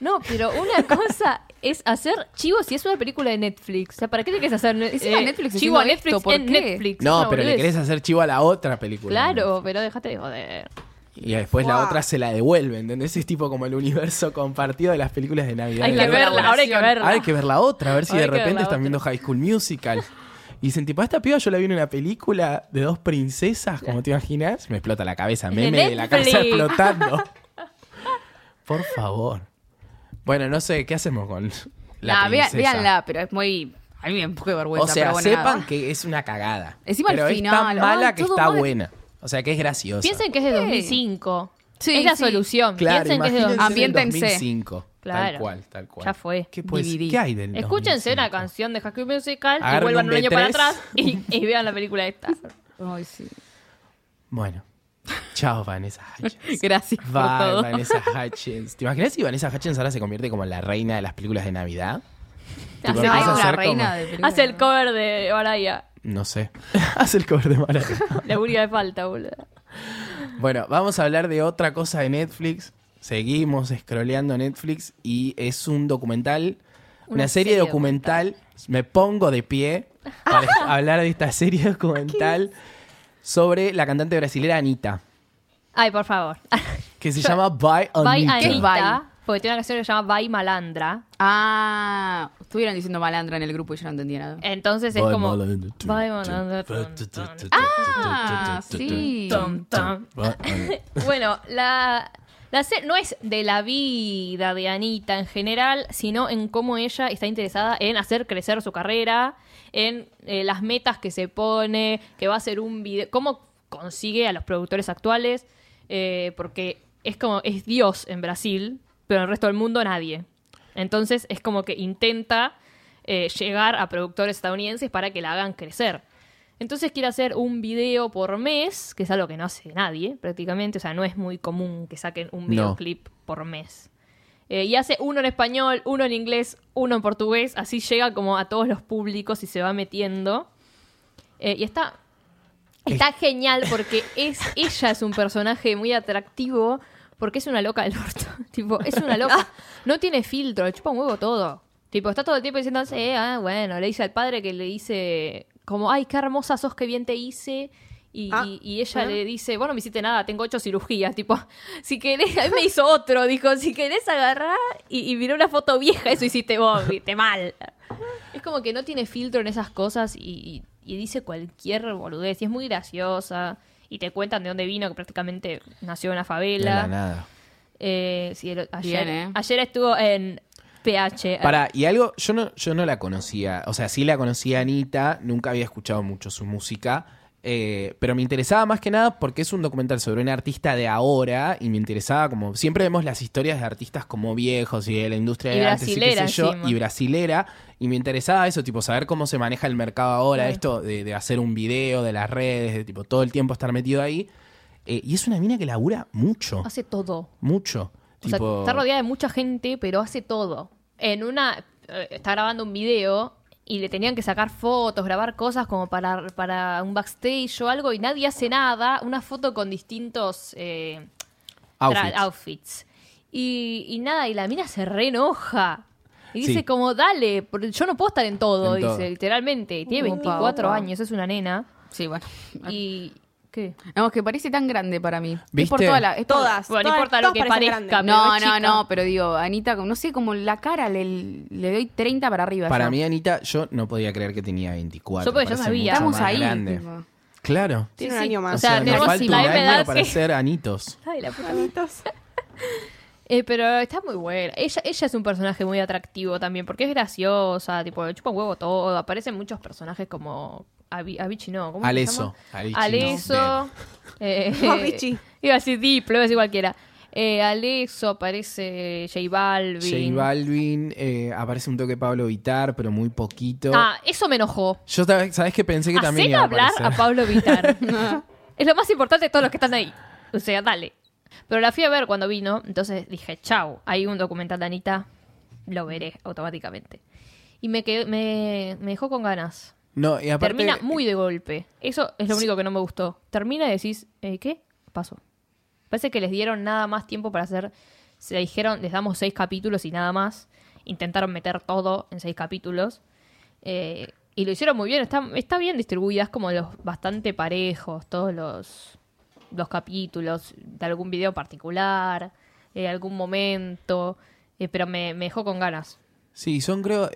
S2: No, pero una cosa es hacer chivos si es una película de Netflix. O sea, ¿para qué le quieres hacer ne-
S3: Encima
S2: eh,
S3: Netflix
S2: chivo a
S3: haciendo
S2: Netflix
S3: esto, ¿por
S2: en
S3: qué?
S2: Netflix?
S1: No,
S2: Una
S1: pero le
S2: boludez.
S1: querés hacer chivo a la otra película.
S2: Claro, pero déjate de joder.
S1: Y después la
S4: Guau.
S1: otra se la devuelve, ¿entendés? Es tipo como el universo compartido de las películas de Navidad.
S2: Hay
S1: de
S2: que
S1: la
S2: verla, ahora hay que
S3: colaboración.
S2: verla.
S1: Hay que ver la otra, a ver si
S2: Hay
S1: de
S2: que ver la
S1: repente están
S2: otra.
S1: viendo High School Musical. Y dicen, tipo, a esta piba yo la vi en una película de dos princesas, como te imaginas. Me explota la cabeza,
S2: De
S1: meme de la cabeza
S2: Netflix.
S1: explotando. [LAUGHS] Por favor. Bueno, no sé, ¿qué hacemos con la
S3: Nah, vean-
S1: princesa?
S3: véanla, pero es muy. A mí me da un poco de vergüenza.
S1: O sea,
S3: pero bueno,
S1: sepan
S3: nada.
S1: que es una cagada.
S3: Encima al
S1: pero
S3: final,
S1: es tan mala
S3: ay,
S1: que
S3: todo
S1: está
S3: mal.
S1: buena. O sea, que es graciosa.
S2: Piensen que es de 2005.
S3: Sí,
S2: es la
S3: sí.
S2: solución.
S1: Claro,
S2: Piensen que es de
S1: imagínense en
S2: 2005.
S1: el
S3: Ambiéntense.
S1: 2005. Tal
S2: Claro.
S1: cual, tal cual.
S2: Ya fue.
S1: ¿Qué, puede ser?
S3: DVD.
S1: ¿Qué hay del
S2: Escúchense
S1: 2005?
S2: una canción de High School Musical y
S1: Agarren
S2: vuelvan
S1: un
S2: un año para
S1: B3.
S2: atrás y, y vean la película esta.
S3: Ay, sí.
S1: Bueno. Chao, Vanessa
S2: [LAUGHS]
S1: Hutchins.
S3: [LAUGHS] Gracias por
S1: Bye,
S3: todo.
S1: Vanessa Hutchins. ¿Te imaginas si Vanessa Hutchins ahora se convierte como en la reina de las películas de Navidad? Tipo,
S3: Ay,
S1: empieza a
S3: una
S1: ser
S3: reina
S1: como-
S3: de películas.
S2: Hace el cover de Baraya.
S1: No sé. [LAUGHS] Hace el cover de Maradona.
S2: La única de falta, boludo.
S1: Bueno, vamos a hablar de otra cosa de Netflix. Seguimos scrolleando Netflix y es un documental, una,
S2: Una
S1: serie,
S2: serie
S1: documental. Me pongo de pie
S2: [LAUGHS]
S1: para hablar de esta serie documental sobre la cantante brasilera Anita,
S2: Ay, por favor.
S1: que se llama By
S2: Bye
S1: Anita.
S2: Anita.
S3: ¿Qué es Bye?
S2: Porque tiene una canción que se llama Bye Malandra.
S3: Ah, estuvieron diciendo malandra en el grupo y yo no entendía nada.
S2: Eh. Entonces es
S1: Bye,
S2: como.
S1: Malandra.
S2: Bye Malandra. tun, tun,
S3: Ah, sí.
S2: tun, tun. [LAUGHS] Bueno, la. La se- no es de la vida de Anita en general, sino en cómo ella está interesada en hacer crecer su carrera, en eh, las metas que se pone, que va a hacer un video, cómo consigue a los productores actuales, eh, porque es como, es Dios en Brasil, pero en el resto del mundo nadie. Entonces es como que intenta eh, llegar a productores estadounidenses para que la hagan crecer. Entonces quiere hacer un video por mes, que es algo que no hace nadie prácticamente, o sea, no es muy común que saquen un
S1: No.
S2: videoclip por mes. Eh, y hace uno en español, uno en inglés, uno en portugués, así llega como a todos los públicos y se va metiendo. Eh, y está, está genial porque es, ella es un personaje muy atractivo porque es una loca del orto. [LAUGHS] tipo, es una loca. No tiene filtro, le chupa un huevo todo. Tipo, está todo el tiempo diciendo, "Sí, ah, bueno, le dice al padre que le dice como, ay, qué hermosa sos, qué bien te hice. Y,
S4: Ah,
S2: y- y ella
S4: bueno.
S2: le dice, bueno, no me hiciste nada, tengo ocho cirugías. Tipo, [LAUGHS] si querés, a mí me hizo otro. Dijo, si querés agarrar y, y miró una foto vieja, eso hiciste vos, viste mal. Es como que no tiene filtro en esas cosas y, y- y dice cualquier boludez. Y es muy graciosa. Y te cuentan de dónde vino, que prácticamente nació en una
S1: De la
S2: favela.
S1: nada.
S2: Eh, sí, el- ayer,
S3: Bien, ¿eh?
S2: ayer estuvo en eh, PH.
S1: Para, y algo, yo no, yo no la conocía, o sea, sí la conocía Anita, nunca había escuchado mucho su música, eh, pero me interesaba más que nada porque es un documental sobre un artista de ahora y me interesaba como, siempre vemos las historias de artistas como viejos y de la industria
S2: Y
S1: de antes y qué sé
S2: brasilera
S1: yo,
S2: encima.
S1: y brasilera, y me interesaba eso, tipo, saber cómo se maneja el mercado ahora, esto de, de hacer un video, de las redes, de tipo, todo el tiempo estar metido ahí. Eh, y es una mina que labura mucho,
S2: Hace todo.
S1: mucho.
S2: O sea,
S1: Tipo-
S2: está rodeada de mucha gente, pero hace todo. En una. eh, Está grabando un video y le tenían que sacar fotos, grabar cosas como para, para un backstage o algo y nadie hace nada. Una foto con distintos eh, tra-
S1: Outfits.
S2: outfits. Y, y nada, y la mina se re enoja. Y dice
S1: Sí.
S2: como, dale, por- yo no puedo estar en todo,
S1: En
S2: dice,
S1: todo.
S2: literalmente. Y Tiene
S3: Upa,
S2: 24
S3: upa. Ah.
S2: años, es una nena.
S3: Sí, bueno. Y,
S2: Y... ¿Qué?
S3: no, es que parece tan grande para mí. Es por
S1: ¿Viste?
S3: toda la, es por-
S4: Todas.
S2: Bueno, no
S4: todas-
S2: importa lo
S4: todas
S2: que
S4: parecen
S2: parezca,
S4: grandes.
S3: No,
S2: pero
S3: no,
S2: es chica.
S3: no, pero digo, Anita, como- no sé, como la cara le, le doy 30 para arriba.
S1: Para
S3: yo.
S1: mí, Anita, yo no podía creer que tenía 24.
S2: Yo porque yo
S1: parece
S2: sabía.
S1: mucho
S3: Estamos
S1: más
S3: ahí.
S1: grande.
S3: tipo.
S1: Claro.
S4: Tiene
S2: Sí,
S4: un
S2: sí.
S4: año más.
S2: O sea,
S4: [LAUGHS]
S1: nos
S2: tenemos
S1: falta
S2: la
S1: un
S2: misma
S1: año
S2: edad
S1: para
S2: que-
S1: ser anitos.
S2: Ay, la puta madre.
S4: Entonces,
S2: Eh, pero está muy buena. Ella, ella es un personaje muy atractivo también, porque es graciosa, tipo, le chupa un huevo todo. Aparecen muchos personajes como Abi- Avicii, no, ¿cómo se
S1: Aleso.
S2: llama?
S1: Avicii,
S2: Aleso.
S1: no.
S2: eh,
S3: [LAUGHS]
S4: Avicii.
S2: Iba a decir Diplo, iba a decir cualquiera. Eh, Aleso, aparece J Balvin.
S1: J Balvin, eh, aparece un toque Pablo Vitar, pero muy poquito.
S2: Ah, eso me enojó.
S1: Yo sabes sabés que pensé que también
S2: Hacen
S1: iba a
S2: hablar
S1: aparecer.
S2: a Pablo
S1: [LAUGHS]
S2: Vitar. es lo más importante de todos los que están ahí. O sea, dale. Pero la fui a ver cuando vino, entonces dije, chau, hay un documental de Anita, lo veré automáticamente. Y me, quedó- me, me dejó con ganas.
S1: No, y aparte,
S2: Termina muy de golpe. Eso es lo único que no me gustó. Termina y decís, eh, ¿qué? Pasó. Parece que les dieron nada más tiempo para hacer. Se dijeron, les damos seis capítulos y nada más. Intentaron meter todo en seis capítulos. Eh, y lo hicieron muy bien. Está, está bien distribuidas como los bastante parejos, todos los, los capítulos de algún video particular, eh, algún momento. Eh, pero me, me dejó con ganas.
S1: Sí, son creo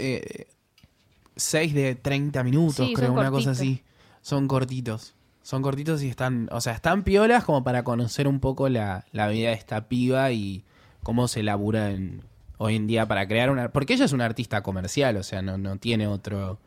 S1: 6 de 30 minutos,
S2: Sí,
S1: creo,
S2: son
S1: una cosa
S2: cortitos.
S1: así. Son cortitos. Son cortitos y están, o sea, están piolas como para conocer un poco la, la vida de esta piba y cómo se labura en- hoy en día para crear una... Porque ella es una artista comercial, o sea, no, no tiene otro...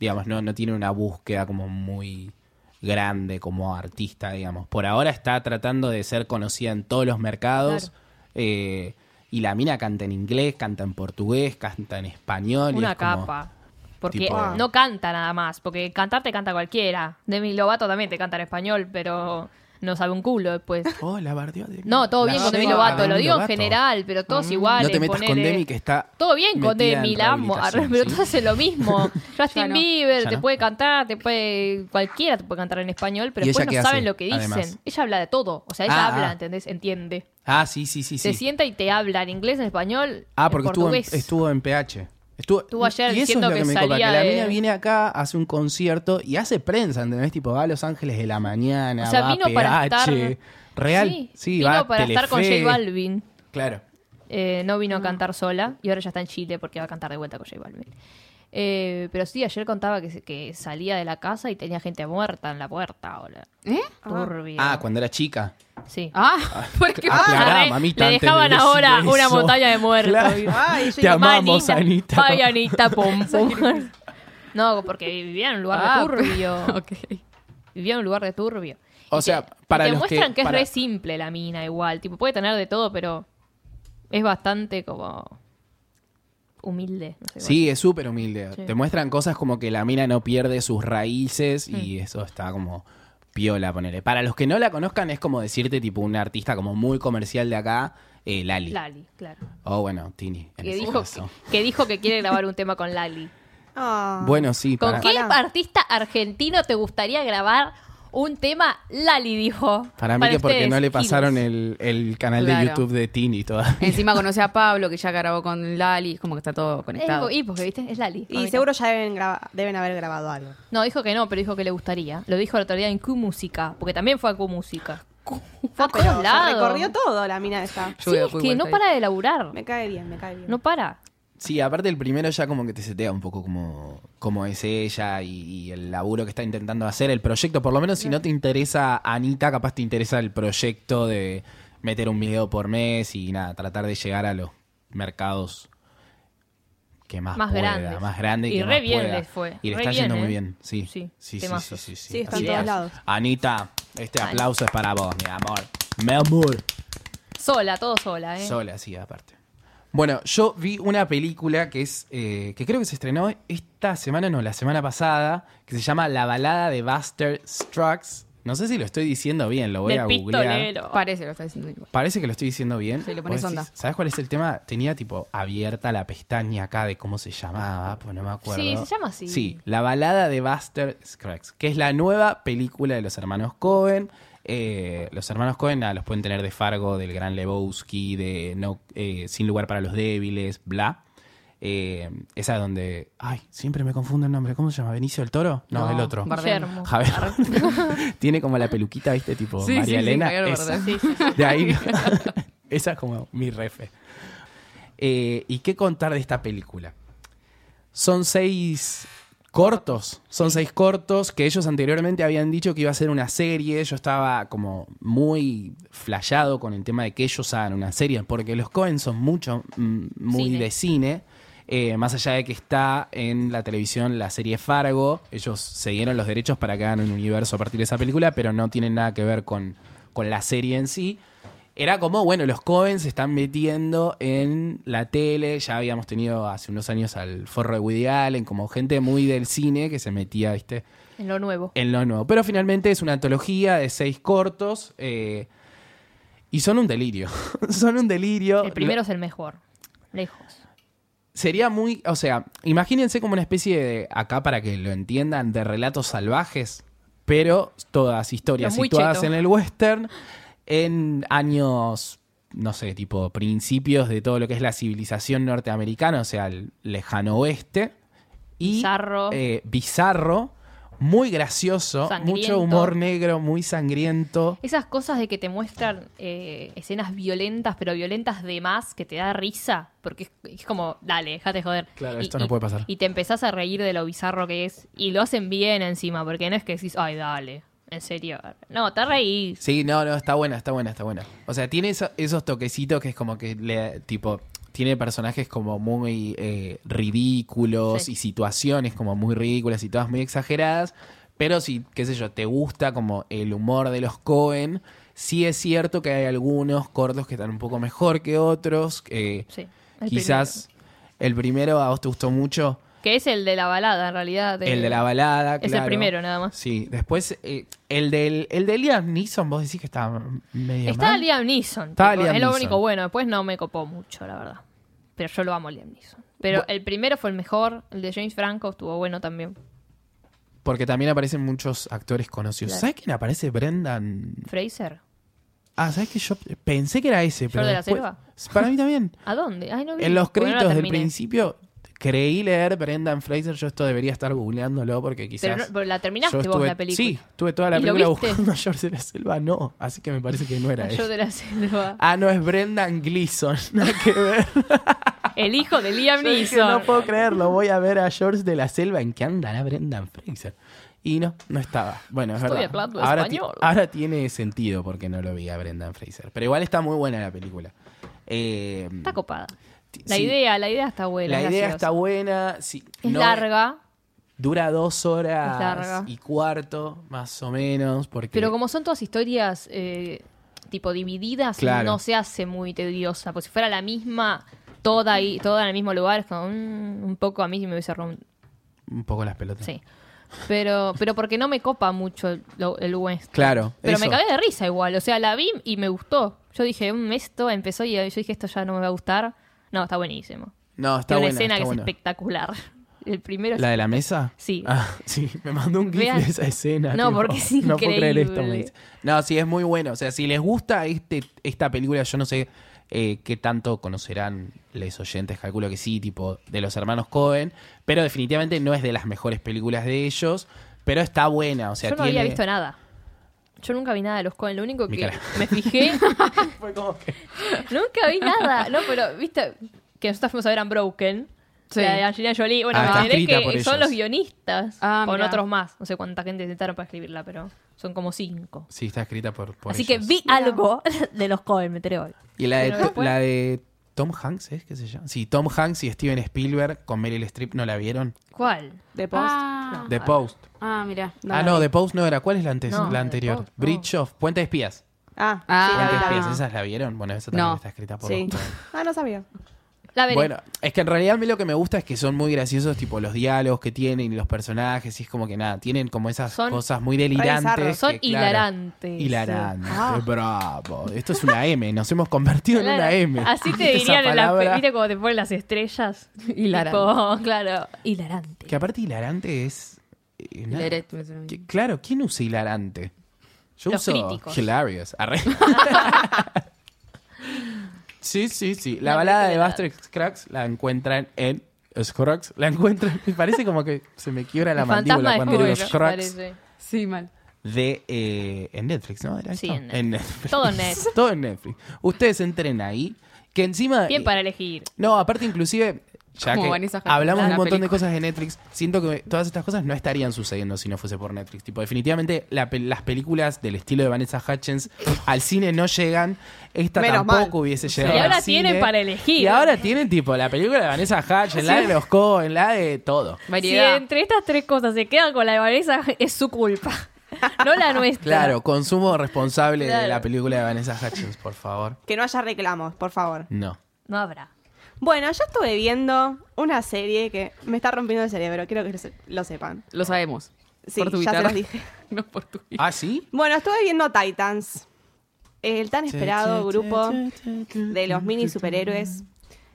S1: Digamos, no, no tiene una búsqueda como muy grande como artista, digamos. Por ahora está tratando de ser conocida en todos los mercados. eh, y la mina canta en inglés, canta en portugués, canta en español. y
S2: Una
S1: es como-
S2: capa. Porque
S1: tipo-
S2: no canta nada más. Porque cantar te canta cualquiera. Demi Lovato también te canta en español, pero no sabe un
S1: [LAUGHS]
S2: culo después.
S1: Oh, la bardeó a Demi.
S2: No, todo
S1: La
S2: bien con Demi
S1: bardeó a
S2: Lovato. Lo
S1: Demi
S2: digo en
S1: Lovato. Mm.
S2: general, pero todos iguales.
S1: No te metas con
S2: ponele.
S1: Demi que está.
S2: Todo bien con
S1: metida
S2: Demi,
S1: en
S2: la amo.
S1: rehabilitación,
S2: [LAUGHS] Pero
S1: ¿sí?
S2: todos hacen lo mismo. Justin
S3: no.
S1: [LAUGHS]
S2: Bieber
S1: Ya
S2: te
S1: no.
S2: puede cantar, te puede cualquiera te puede cantar en español, pero
S1: ¿Y
S2: después
S1: ella
S2: no
S1: qué
S2: saben
S1: hace,
S2: lo que dicen.
S1: además?
S2: Ella habla de todo. O sea, ella
S1: Ah,
S2: habla,
S1: ah.
S2: ¿entendés? Entiende.
S1: Ah, sí, sí, sí. sí.
S2: Se sienta y te habla en inglés, en español,
S1: Ah,
S2: en
S1: porque estuvo en,
S2: portugués.
S1: estuvo en PH. Estuvo,
S2: Estuvo ayer
S1: y eso es
S2: diciendo
S1: lo que,
S2: que
S1: me copa, que
S2: salía
S1: la
S2: de-
S1: mina viene acá, hace un concierto y hace prensa, ¿entendés? Tipo, va a Los Ángeles de la mañana,
S2: O sea,
S1: va
S2: vino
S1: a PH,
S2: para estar-
S1: real, sí,
S2: Sí, vino
S1: va a
S2: para estar con
S1: Telefe.
S2: J Balvin.
S1: Claro. Ah,
S2: Eh, no vino a
S3: Mm.
S2: cantar sola y ahora ya está en Chile porque va a cantar de vuelta con J Balvin. Eh, pero sí, ayer contaba que, se- que salía de la casa y tenía gente muerta en la puerta ahora.
S3: ¿Eh?
S2: Turbio.
S1: Ah, cuando era chica.
S2: Sí.
S1: [LAUGHS]
S3: Ah, porque
S1: Aclará,
S2: re-
S1: mamita,
S2: le
S1: antes de
S2: dejaban
S1: decir
S2: ahora
S1: eso.
S2: una montaña
S1: [LAUGHS]
S2: de muertos.
S1: Claro.
S2: ¿viste?
S4: Ay, yo
S1: Te
S4: digo,
S1: amamos, Anita.
S2: Ay,
S1: [LAUGHS]
S2: Anita, pum, pum. No, porque vivía en un lugar
S3: Ah,
S2: de turbio.
S3: [LAUGHS] ok.
S2: Vivía en un lugar de turbio.
S1: O
S2: Y
S1: sea,
S2: te,
S1: para
S2: y te
S1: los
S2: muestran que,
S1: que
S2: es
S1: para-
S2: re simple la mina igual. Tipo, puede tener de todo, pero es bastante como humilde. no sé cómo
S1: Sí, es súper humilde.
S2: Sí.
S1: Te muestran cosas como que la mina no pierde sus raíces
S2: Mm.
S1: y eso está como piola, ponele. Para los que no la conozcan, es como decirte, tipo, un artista como muy comercial de acá, eh, Lali.
S2: decir. Lali, claro.
S1: O bueno, Tini. en
S2: Que
S1: ese
S2: dijo,
S1: caso.
S2: que, que dijo que quiere grabar un tema con Lali.
S4: Ah.
S1: Bueno, sí,
S2: ¿Con
S1: para-
S2: qué
S4: Ojalá.
S2: artista argentino te gustaría grabar un tema? Lali dijo.
S1: para mí que porque
S2: ustedes,
S1: no le
S2: giles.
S1: pasaron el, el canal
S3: Claro.
S1: de YouTube de Tini todavía.
S3: Encima conoce a Pablo, que ya grabó con Lali, como que está todo
S2: Es-
S3: conectado.
S2: y porque, viste, es Lali.
S4: Y
S2: mamita.
S4: seguro ya deben, graba- deben haber grabado algo.
S2: No, dijo que no, pero dijo que le gustaría. Lo dijo la otro día en Q Música, porque también fue a Q Música. Fue a
S4: Ah, pero
S2: todos
S4: se
S2: lados.
S4: recorrió todo la mina esta.
S2: Sí, es que no para de laburar.
S4: Me cae bien, me cae bien.
S2: No para.
S1: Sí, aparte el primero ya como que te setea un poco como, como es ella y, y el laburo que está intentando hacer, el proyecto, por lo menos si no te interesa Anita, capaz te interesa el proyecto de meter un video por mes y nada, tratar de llegar a los mercados que más,
S2: Más
S1: pueda,
S2: grandes.
S1: más grande
S2: Y
S1: que
S2: re
S1: más
S2: bien
S1: pueda.
S2: les fue,
S1: Y le
S2: re
S1: está yendo
S2: bien,
S1: muy
S2: ¿eh?
S1: bien, sí. Sí,
S2: Sí,
S1: sí, sí,
S2: temazos.
S1: sí, sí.
S4: Sí, está en
S1: Así
S4: todos
S1: es.
S4: lados.
S1: Anita, este
S2: Ay.
S1: aplauso es para vos, mi amor. Mi amor.
S2: Sola, todo sola, ¿eh?
S1: Sola, sí, aparte. Bueno, yo vi una película que es. eh, que creo que se estrenó esta semana, no, la semana pasada, que se llama La balada de Buster Strux. No sé si lo estoy diciendo bien, lo voy
S2: Del
S1: a googlear.
S2: pistolero.
S3: Parece, lo está diciendo igual.
S1: Parece que lo estoy diciendo bien.
S3: Sí, le pones
S1: Vos decís,
S3: onda.
S1: ¿Sabes cuál es el tema? Tenía tipo abierta la pestaña acá de cómo se llamaba, pues no me acuerdo.
S2: Sí, se llama así.
S1: Sí, La balada de Buster Scruggs, que es la nueva película de los hermanos Cohen. los hermanos Cohen los pueden tener de Fargo, del Gran Lebowski, de no, eh, Sin lugar para los débiles, bla. Eh, esa donde. Ay, siempre me confundo el nombre. ¿Cómo se llama? ¿Benicio del Toro? No,
S3: No,
S1: el otro.
S3: Bardem.
S2: Guillermo.
S1: Javier. [LAUGHS] Tiene como la peluquita, ¿viste? Tipo
S3: Sí, sí,
S1: María
S3: sí,
S1: Elena.
S3: Javier
S1: esa.
S3: Bardem.
S1: De ahí. [LAUGHS] esa es como mi refe. Eh, ¿Y qué contar de esta película? Son seis cortos. Son seis cortos que ellos anteriormente habían dicho que iba a ser una serie. Yo estaba como muy flashado con el tema de que ellos hagan una serie, porque los Cohen son mucho, mm, muy
S2: Cine.
S1: de cine. Eh, más allá de que está en la televisión la serie Fargo, ellos cedieron los derechos para que hagan un universo a partir de esa película, pero no tienen nada que ver con, con la serie en sí. Era como, bueno, los Cohen se están metiendo en la tele. Ya habíamos tenido hace unos años al forro de Woody Allen, como gente muy del cine que se metía, ¿viste?
S2: En lo nuevo.
S1: En lo nuevo. Pero finalmente es una antología de seis cortos. eh, y son un delirio. [LAUGHS] son un delirio.
S2: El primero es el mejor. Lejos.
S1: Sería muy. O sea, imagínense como una especie de. Acá para que lo entiendan, de relatos salvajes. Pero todas historias
S2: Pero muy
S1: situadas
S2: cheto.
S1: en el western. En años. No sé, tipo principios de todo lo que es la civilización norteamericana, o sea, el lejano oeste. Y,
S2: Bizarro.
S1: eh, bizarro. Muy gracioso. Mucho
S2: Sangriento.
S1: humor negro, muy sangriento.
S2: Esas cosas de que te muestran eh, escenas violentas, pero violentas de más, que te da risa, porque es, es como, dale, déjate joder.
S1: Claro, esto no puede pasar.
S2: Y te empezás a reír de lo bizarro que es, y lo hacen bien encima, porque no es que decís, ay, dale, en serio. No, te reís.
S1: Sí, no, no, está buena, está buena, está buena. O sea, tiene eso- esos toquecitos que es como que le, tipo, tiene personajes como muy eh, ridículos
S2: Sí.
S1: y situaciones como muy ridículas y todas muy exageradas. Pero si, qué sé yo, te gusta como el humor de los Cohen, sí es cierto que hay algunos cortos que están un poco mejor que otros. eh,
S2: Sí, el
S1: quizás el primero a vos te gustó mucho.
S2: Que es el de la balada, en realidad.
S1: El de la balada,
S2: el
S1: claro.
S2: primero, nada más.
S1: Sí, después eh, el del el de Liam Neeson, vos decís que está medio
S2: Está
S1: mal?
S2: Liam Neeson.
S1: Está
S2: tipo,
S1: Liam
S2: es lo
S1: Neeson.
S2: único bueno. Después no me copó mucho, la verdad. Pero yo lo amo a Liam Neeson. Pero
S1: Bu-
S2: el primero fue el mejor. El de James Franco estuvo bueno también.
S1: Porque también aparecen muchos actores conocidos.
S2: Claro.
S1: ¿Sabes quién aparece? Brendan.
S2: Fraser.
S1: Ah, ¿sabes que yo pensé que era ese? Pero
S2: de la
S1: después-
S2: Selva?
S1: [LAUGHS] Para mí
S2: [LAUGHS]
S1: también.
S2: ¿A dónde? Ay, no vi.
S1: en los
S2: Porque no la
S1: créditos del
S2: terminé.
S1: principio creí leer Brendan Fraser. Yo esto debería estar googleándolo porque quizás.
S2: Pero, no- pero la terminaste
S1: yo
S2: vos
S1: estuve-
S2: la película.
S1: Sí, tuve toda la
S2: ¿Y lo
S1: película
S2: viste?
S1: buscando a George de la Selva. No, así que me parece que no
S2: [LAUGHS]
S1: era
S2: Yo
S1: él.
S2: de
S1: [LAUGHS]
S2: la selva.
S1: Ah, no, es Brendan Gleeson. [LAUGHS] Nada que ver.
S2: El hijo de Liam
S1: Yo dije,
S2: Neeson.
S1: no puedo creerlo, voy a ver a George de la Selva en qué andará Brendan Fraser. Y no, no estaba. Bueno, es
S2: Estoy
S1: verdad.
S2: hablando
S1: ahora,
S2: español.
S1: ti- ahora tiene sentido porque no lo vi a Brendan Fraser. Pero igual está muy buena la película. Eh,
S2: Está copada.
S1: ti-
S2: La
S1: sí,
S2: idea, la idea está buena.
S1: la
S2: es
S1: idea
S2: graciosa.
S1: está buena. sí,
S2: Es
S1: no-
S2: larga,
S1: Dura dos horas
S2: Es larga.
S1: y cuarto, más o menos. Porque
S2: pero como son todas historias eh, tipo divididas,
S1: Claro.
S2: no se hace muy tediosa. Pues si fuera la misma, toda ahí, toda en el mismo lugar, es como mm, un poco a mí sí me hubiese rom-
S1: un poco las pelotas.
S2: Sí. Pero, pero porque no me copa mucho el, lo- el western.
S1: Claro,
S2: Pero me
S1: eso.
S2: cagué de risa igual. O sea, la vi y me gustó. Yo dije, "Mm, esto empezó y yo dije, esto ya no me va a gustar. No, está buenísimo.
S1: No, está
S2: Tiene
S1: buena.
S2: una escena
S1: está
S2: que
S1: buena.
S2: es espectacular. [LAUGHS] El primero es-
S1: ¿La de la mesa?
S2: Sí.
S1: Ah, [LAUGHS] sí, me mandó un gif
S2: Vean.
S1: de esa escena.
S2: No, porque
S1: [LAUGHS]
S2: es
S1: No puedo creer esto. me
S2: increíble.
S1: dice. No, sí, es muy bueno. O sea, si les gusta este, esta película, yo no sé eh, qué tanto conocerán les oyentes, calculo que sí, tipo de los hermanos Cohen, pero definitivamente no es de las mejores películas de ellos, pero está buena. O sea,
S2: Yo no
S1: tiene...
S2: había visto nada. Yo nunca vi nada de los Cohen. Lo único
S1: Mi
S2: que
S1: cara.
S2: me fijé,
S1: [LAUGHS] Fue como que-
S2: nunca vi nada. No, pero viste que nosotros fuimos a ver Unbroken.
S3: Sí.
S2: La de Angelina Jolie. Bueno,
S1: Ah,
S2: me
S1: está
S2: enteré
S1: escrita
S2: que
S1: por
S2: son
S1: ellos.
S2: los guionistas.
S3: Ah,
S2: con
S3: mirá.
S2: otros más. No sé cuánta gente intentaron para escribirla, pero son como cinco.
S1: Sí, está escrita por, por
S2: Así que
S1: ellos.
S2: vi algo de los Cohen, me enteré hoy.
S1: Y la de,
S2: Pero después-
S1: la de Tom Hanks, ¿es que se llama? Sí, Tom Hanks y Steven Spielberg con Meryl Streep, ¿no la vieron?
S2: ¿Cuál?
S4: De post.
S3: Ah,
S1: The Post.
S3: ah, mira.
S1: ah,
S4: la
S1: no,
S4: vi.
S1: The Post no era. ¿Cuál es la, antes,
S2: No,
S1: la
S2: The
S1: anterior?
S2: Post, no.
S1: Bridge of. Puente de Espías.
S4: Ah,
S3: Ah.
S4: sí, la
S1: Puente
S4: vi,
S1: de
S4: la vi.
S1: Espías, ¿esas la vieron? Bueno, esa también
S3: No.
S1: está escrita por
S4: Sí.
S1: vos.
S2: [LAUGHS]
S4: Ah, no sabía.
S2: La veré.
S1: Bueno, es que en realidad a mí lo que me gusta es que son muy graciosos, tipo los diálogos que tienen y los personajes, y es como que nada, tienen como esas
S2: Son
S1: cosas muy
S4: bizarros.
S1: delirantes.
S2: Son
S1: que,
S2: hilarantes. Ah.
S1: Hilarantes, bravo. Esto es una M, nos hemos convertido en una
S2: Claro.
S1: M.
S2: Así te
S1: [LAUGHS] Esa
S2: dirían en la
S1: palabra-
S2: ¿Viste como te ponen las estrellas?
S3: Hilarante.
S2: Tipo, [LAUGHS] claro. Hilarante.
S1: Que aparte hilarante es... eh, nada.
S3: Hilarante, me suena bien.
S1: Que- claro, ¿quién usa hilarante? Yo
S2: Los
S1: uso
S2: críticos.
S1: hilarious.
S2: [LAUGHS]
S1: Arre. sí, sí, sí. La
S2: No,
S1: balada
S2: no,
S1: de
S2: no.
S1: Buster Scruggs la encuentran en Scruggs la encuentra. Me parece como que se me quiebra la
S2: El fantasma
S1: mandíbula
S2: de
S1: cuando digo
S2: Scrooge,
S1: Scruggs
S2: parece.
S3: Sí, mal.
S1: de eh, en Netflix, ¿no? ¿Era
S2: Sí,
S1: esto?
S2: en Netflix. Todo en
S1: [LAUGHS]
S2: Netflix.
S1: Todo en Netflix. Ustedes entren ahí. Que encima. eh,
S2: Bien para elegir.
S1: No, aparte, inclusive, ya
S3: Como
S1: que
S3: Vanessa Hudgens,
S1: hablamos de
S3: la
S1: un montón de
S3: película.
S1: cosas de Netflix, siento que todas estas cosas no estarían sucediendo si no fuese por Netflix. Tipo, definitivamente la pel- las películas del estilo de Vanessa Hutchins al cine no llegan. Esta
S4: Menos
S1: tampoco
S4: mal.
S1: hubiese llegado.
S2: Y ahora
S1: al cine.
S2: tienen para elegir.
S1: Y ahora tienen, tipo, la película de Vanessa Hutchins, la de los Coen, la de todo.
S3: Variedad.
S2: Si entre estas tres cosas se quedan con la de Vanessa, [LAUGHS] es su culpa. No la nuestra.
S1: Claro, consumo responsable de
S2: Claro.
S1: la película de Vanessa Hutchins, por favor.
S4: Que no haya reclamos, por favor.
S1: No.
S2: No habrá.
S4: Bueno, yo estuve viendo una serie que me está rompiendo el cerebro, quiero que lo se- lo sepan.
S3: Lo sabemos.
S4: Sí,
S3: por tu
S4: ya se
S3: guitarra.
S4: los dije.
S3: [LAUGHS] no por tu guitarra.
S1: ¿Ah, sí?
S4: Bueno, estuve viendo Titans, el tan esperado grupo de los mini superhéroes.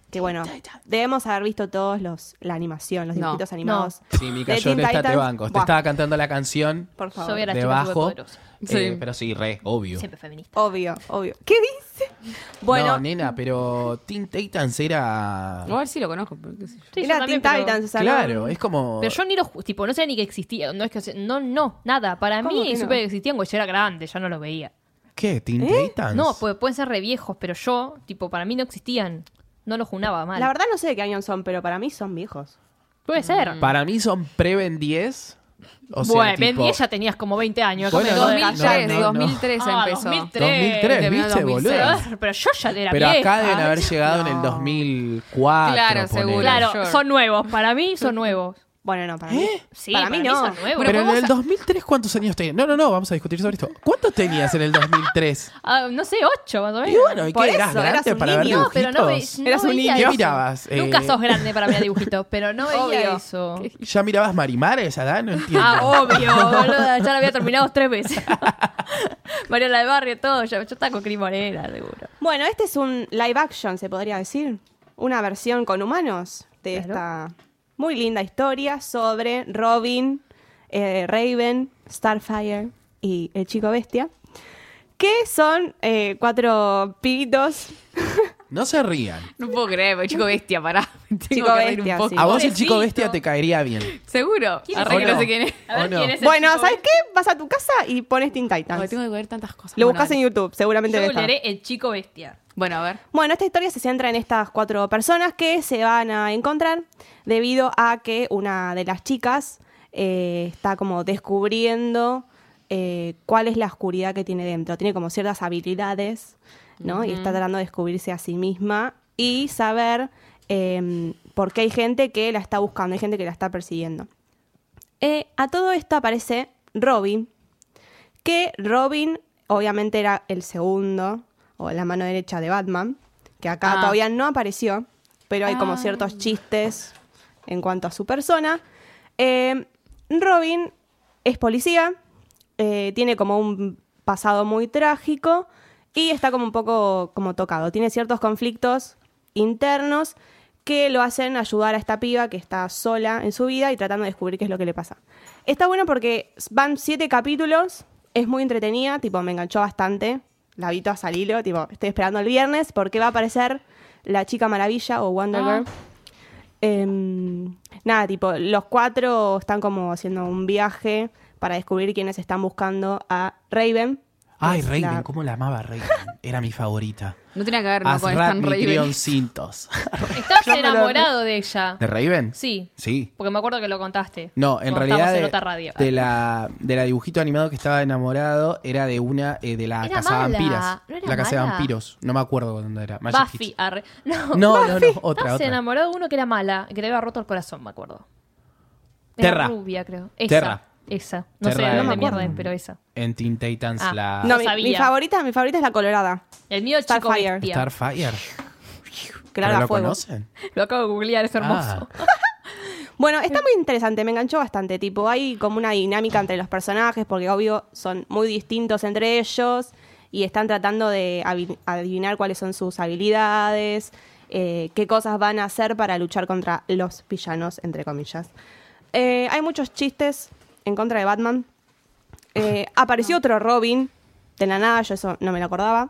S4: Que bueno, debemos haber visto todos los la animación, los
S3: No.
S4: dibujitos animados.
S1: Sí, Mica,
S4: De
S1: yo en
S4: Teen
S1: esta te
S4: Titans.
S1: banco. Te
S4: Buah,
S1: estaba cantando la canción
S4: Por
S2: Yo
S4: favor.
S2: hubiera- Era chica
S1: debajo.
S2: superpoderosa.
S1: eh,
S3: Sí.
S1: Pero sí, re, obvio.
S2: Siempre feminista.
S4: Obvio, obvio. ¿Qué dice?
S1: Bueno,
S4: Bueno, Oh,
S1: no, nena, pero Teen Titans era.
S3: A ver si lo conozco. pero qué sé yo.
S2: Sí, yo
S4: era
S2: también,
S4: Teen
S2: pero-
S4: Titans, o sea, no-
S1: Claro, es como.
S2: Pero yo ni lo ju- tipo, no sé ni que existía. No es que no, no, nada. Para
S4: ¿Cómo
S2: mí
S4: que no?
S2: supe que existían cuando yo era grande, ya no los veía.
S1: ¿Qué? ¿Teen
S4: ¿Eh?
S1: Titans?
S2: No, pues pueden ser re viejos, pero yo, tipo, para mí no existían. No los junaba mal.
S4: la verdad no sé de qué año son, pero para mí son viejos.
S2: Puede ser.
S1: Para mí son pre-Ben 10. Mm. O sea,
S2: bueno, Ben
S1: tipo,
S2: 10 ya tenías como 20 años.
S1: Bueno,
S2: déjame joder.
S3: 2003,
S1: no, no, no.
S3: 2003
S2: Ah,
S3: empezó.
S2: 2003.
S1: 2003,
S3: Terminó
S1: ¿viste,
S3: en
S1: boludo?
S2: 2003. Pero yo ya era
S1: Pero
S2: vieja.
S1: acá deben haber llegado en el
S4: No.
S1: 2004. ponele.
S3: Claro, seguro.
S2: Claro,
S3: Sure.
S2: son nuevos. Para mí son nuevos.
S4: Bueno, no, para mí.
S2: Sí,
S4: para, mí no.
S2: son nuevos.
S1: Pero en
S3: vamos
S1: el
S3: a-
S1: 2003, ¿cuántos años tenías? No, no, no, vamos a discutir sobre esto. ¿Cuántos tenías en el
S2: [LAUGHS]
S1: 2003?
S2: Ah, no sé, 8 más o menos.
S1: Y bueno, ¿y
S4: Por
S1: qué eras
S4: eso,
S1: grande
S4: eras un
S1: para ver
S4: niño,
S2: No, pero no, ve,
S1: dibujitos?
S2: no
S4: Eras un
S2: veía
S4: niño.
S1: ¿Qué
S2: eso.
S1: mirabas? Eh,
S2: Nunca sos grande para mirar dibujitos, pero no veía eso.
S1: ¿Ya mirabas marimar a edad? No entiendo.
S2: Ah, [LAUGHS] obvio, boluda, ya lo había terminado tres [LAUGHS] veces. Mariana del Barrio, todo. Yo, yo estaba con Cris Morena, seguro.
S4: Bueno, este es un live action, se podría decir. Una versión con humanos de
S2: Claro.
S4: esta muy linda historia sobre Robin, eh, Raven, Starfire y el chico bestia. Que son eh, cuatro pibitos.
S1: No se rían.
S3: No puedo creer, pero chico bestia, pará. [LAUGHS] Me Tengo
S4: Chico
S3: que reír
S4: bestia,
S3: un poco.
S4: sí.
S1: A vos el chico
S2: Pobrecito.
S1: bestia te caería bien.
S3: Seguro.
S2: ¿Quién es
S3: Arre
S1: ese?
S3: que no sé quién es.
S2: A ver
S1: ¿O no?
S2: quién es el
S4: Bueno,
S2: chico.
S4: ¿sabes qué? Vas a tu casa y pones Teen Titans.
S3: Ay, tengo que ver tantas cosas.
S4: Lo
S3: Bueno,
S4: buscas en
S3: dale.
S4: YouTube, seguramente
S2: Yo
S4: debe estar.
S2: googlearé el chico bestia.
S3: Bueno, a ver.
S4: Bueno, esta historia se centra en estas cuatro personas que se van a encontrar debido a que una de las chicas eh, está como descubriendo eh, cuál es la oscuridad que tiene dentro. Tiene como ciertas habilidades, ¿no? Y está tratando de descubrirse a sí misma y saber eh, por qué hay gente que la está buscando, hay gente que la está persiguiendo. Eh, a todo esto aparece Robin, que Robin obviamente era el segundo o la mano derecha de Batman, que acá
S3: Ah.
S4: todavía no apareció, pero hay como ciertos chistes en cuanto a su persona. Eh, Robin es policía, eh, tiene como un pasado muy trágico y está como un poco como tocado. Tiene ciertos conflictos internos que lo hacen ayudar a esta piba que está sola en su vida y tratando de descubrir qué es lo que le pasa. Está bueno porque van siete capítulos, es muy entretenida, tipo me enganchó bastante, la vi todas al hilo, tipo estoy esperando el viernes porque va a aparecer la chica maravilla o Wonder
S3: Ah.
S4: Girl. Em, nada, tipo, los cuatro están como haciendo un viaje para descubrir quiénes están buscando a Raven. que
S1: Ay,
S4: es
S1: Raven,
S4: la-
S1: cómo la amaba Raven. Era mi favorita.
S3: No tenía que ver no, con
S1: Azrat
S3: Stan
S1: Mitrión
S3: Raven.
S1: Cintos.
S2: Estás
S1: Yo me lo-
S2: enamorado de ella.
S1: ¿De Raven?
S2: Sí,
S1: Sí.
S2: porque me acuerdo que lo contaste.
S1: No, en
S2: Cuando
S1: realidad
S2: estábamos en
S1: de,
S2: otra radio.
S1: de la, de la dibujito animado que estaba enamorado era de una eh, de la
S2: Era
S1: casa
S2: mala,
S1: vampiras.
S2: no era
S1: la casa de
S2: mala.
S1: vampiros. No me acuerdo dónde era. Magic
S2: Buffy,
S1: Kids.
S2: arre. [LAUGHS] No,
S1: No, no, no, otra,
S2: No, se
S1: otra.
S2: enamoró de uno que era mala, que le había roto el corazón, me acuerdo.
S1: Terra.
S2: Era rubia, creo. Esa.
S1: Terra.
S2: Esa. No
S1: Terra
S2: sé
S1: era
S2: dónde
S1: en-
S2: mierda es, pero esa.
S1: En Teen Titans
S2: Ah.
S1: la
S4: No,
S2: No
S4: mi, mi
S2: sabía.
S4: favorita, mi favorita es la colorada.
S2: El mío, el chico
S4: Starfire.
S2: bestia.
S1: Starfire.
S4: Claro,
S1: ¿Pero
S4: a
S1: lo
S4: fuego.
S1: conocen?
S2: Lo acabo de googlear, es hermoso.
S1: Ah.
S4: Bueno, está muy interesante, me enganchó bastante. Tipo, hay como una dinámica entre los personajes, porque obvio son muy distintos entre ellos y están tratando de avi- adivinar cuáles son sus habilidades, eh, qué cosas van a hacer para luchar contra los villanos, entre comillas. Eh, hay muchos chistes en contra de Batman. Eh, apareció otro Robin, de la nada, yo eso no me lo acordaba.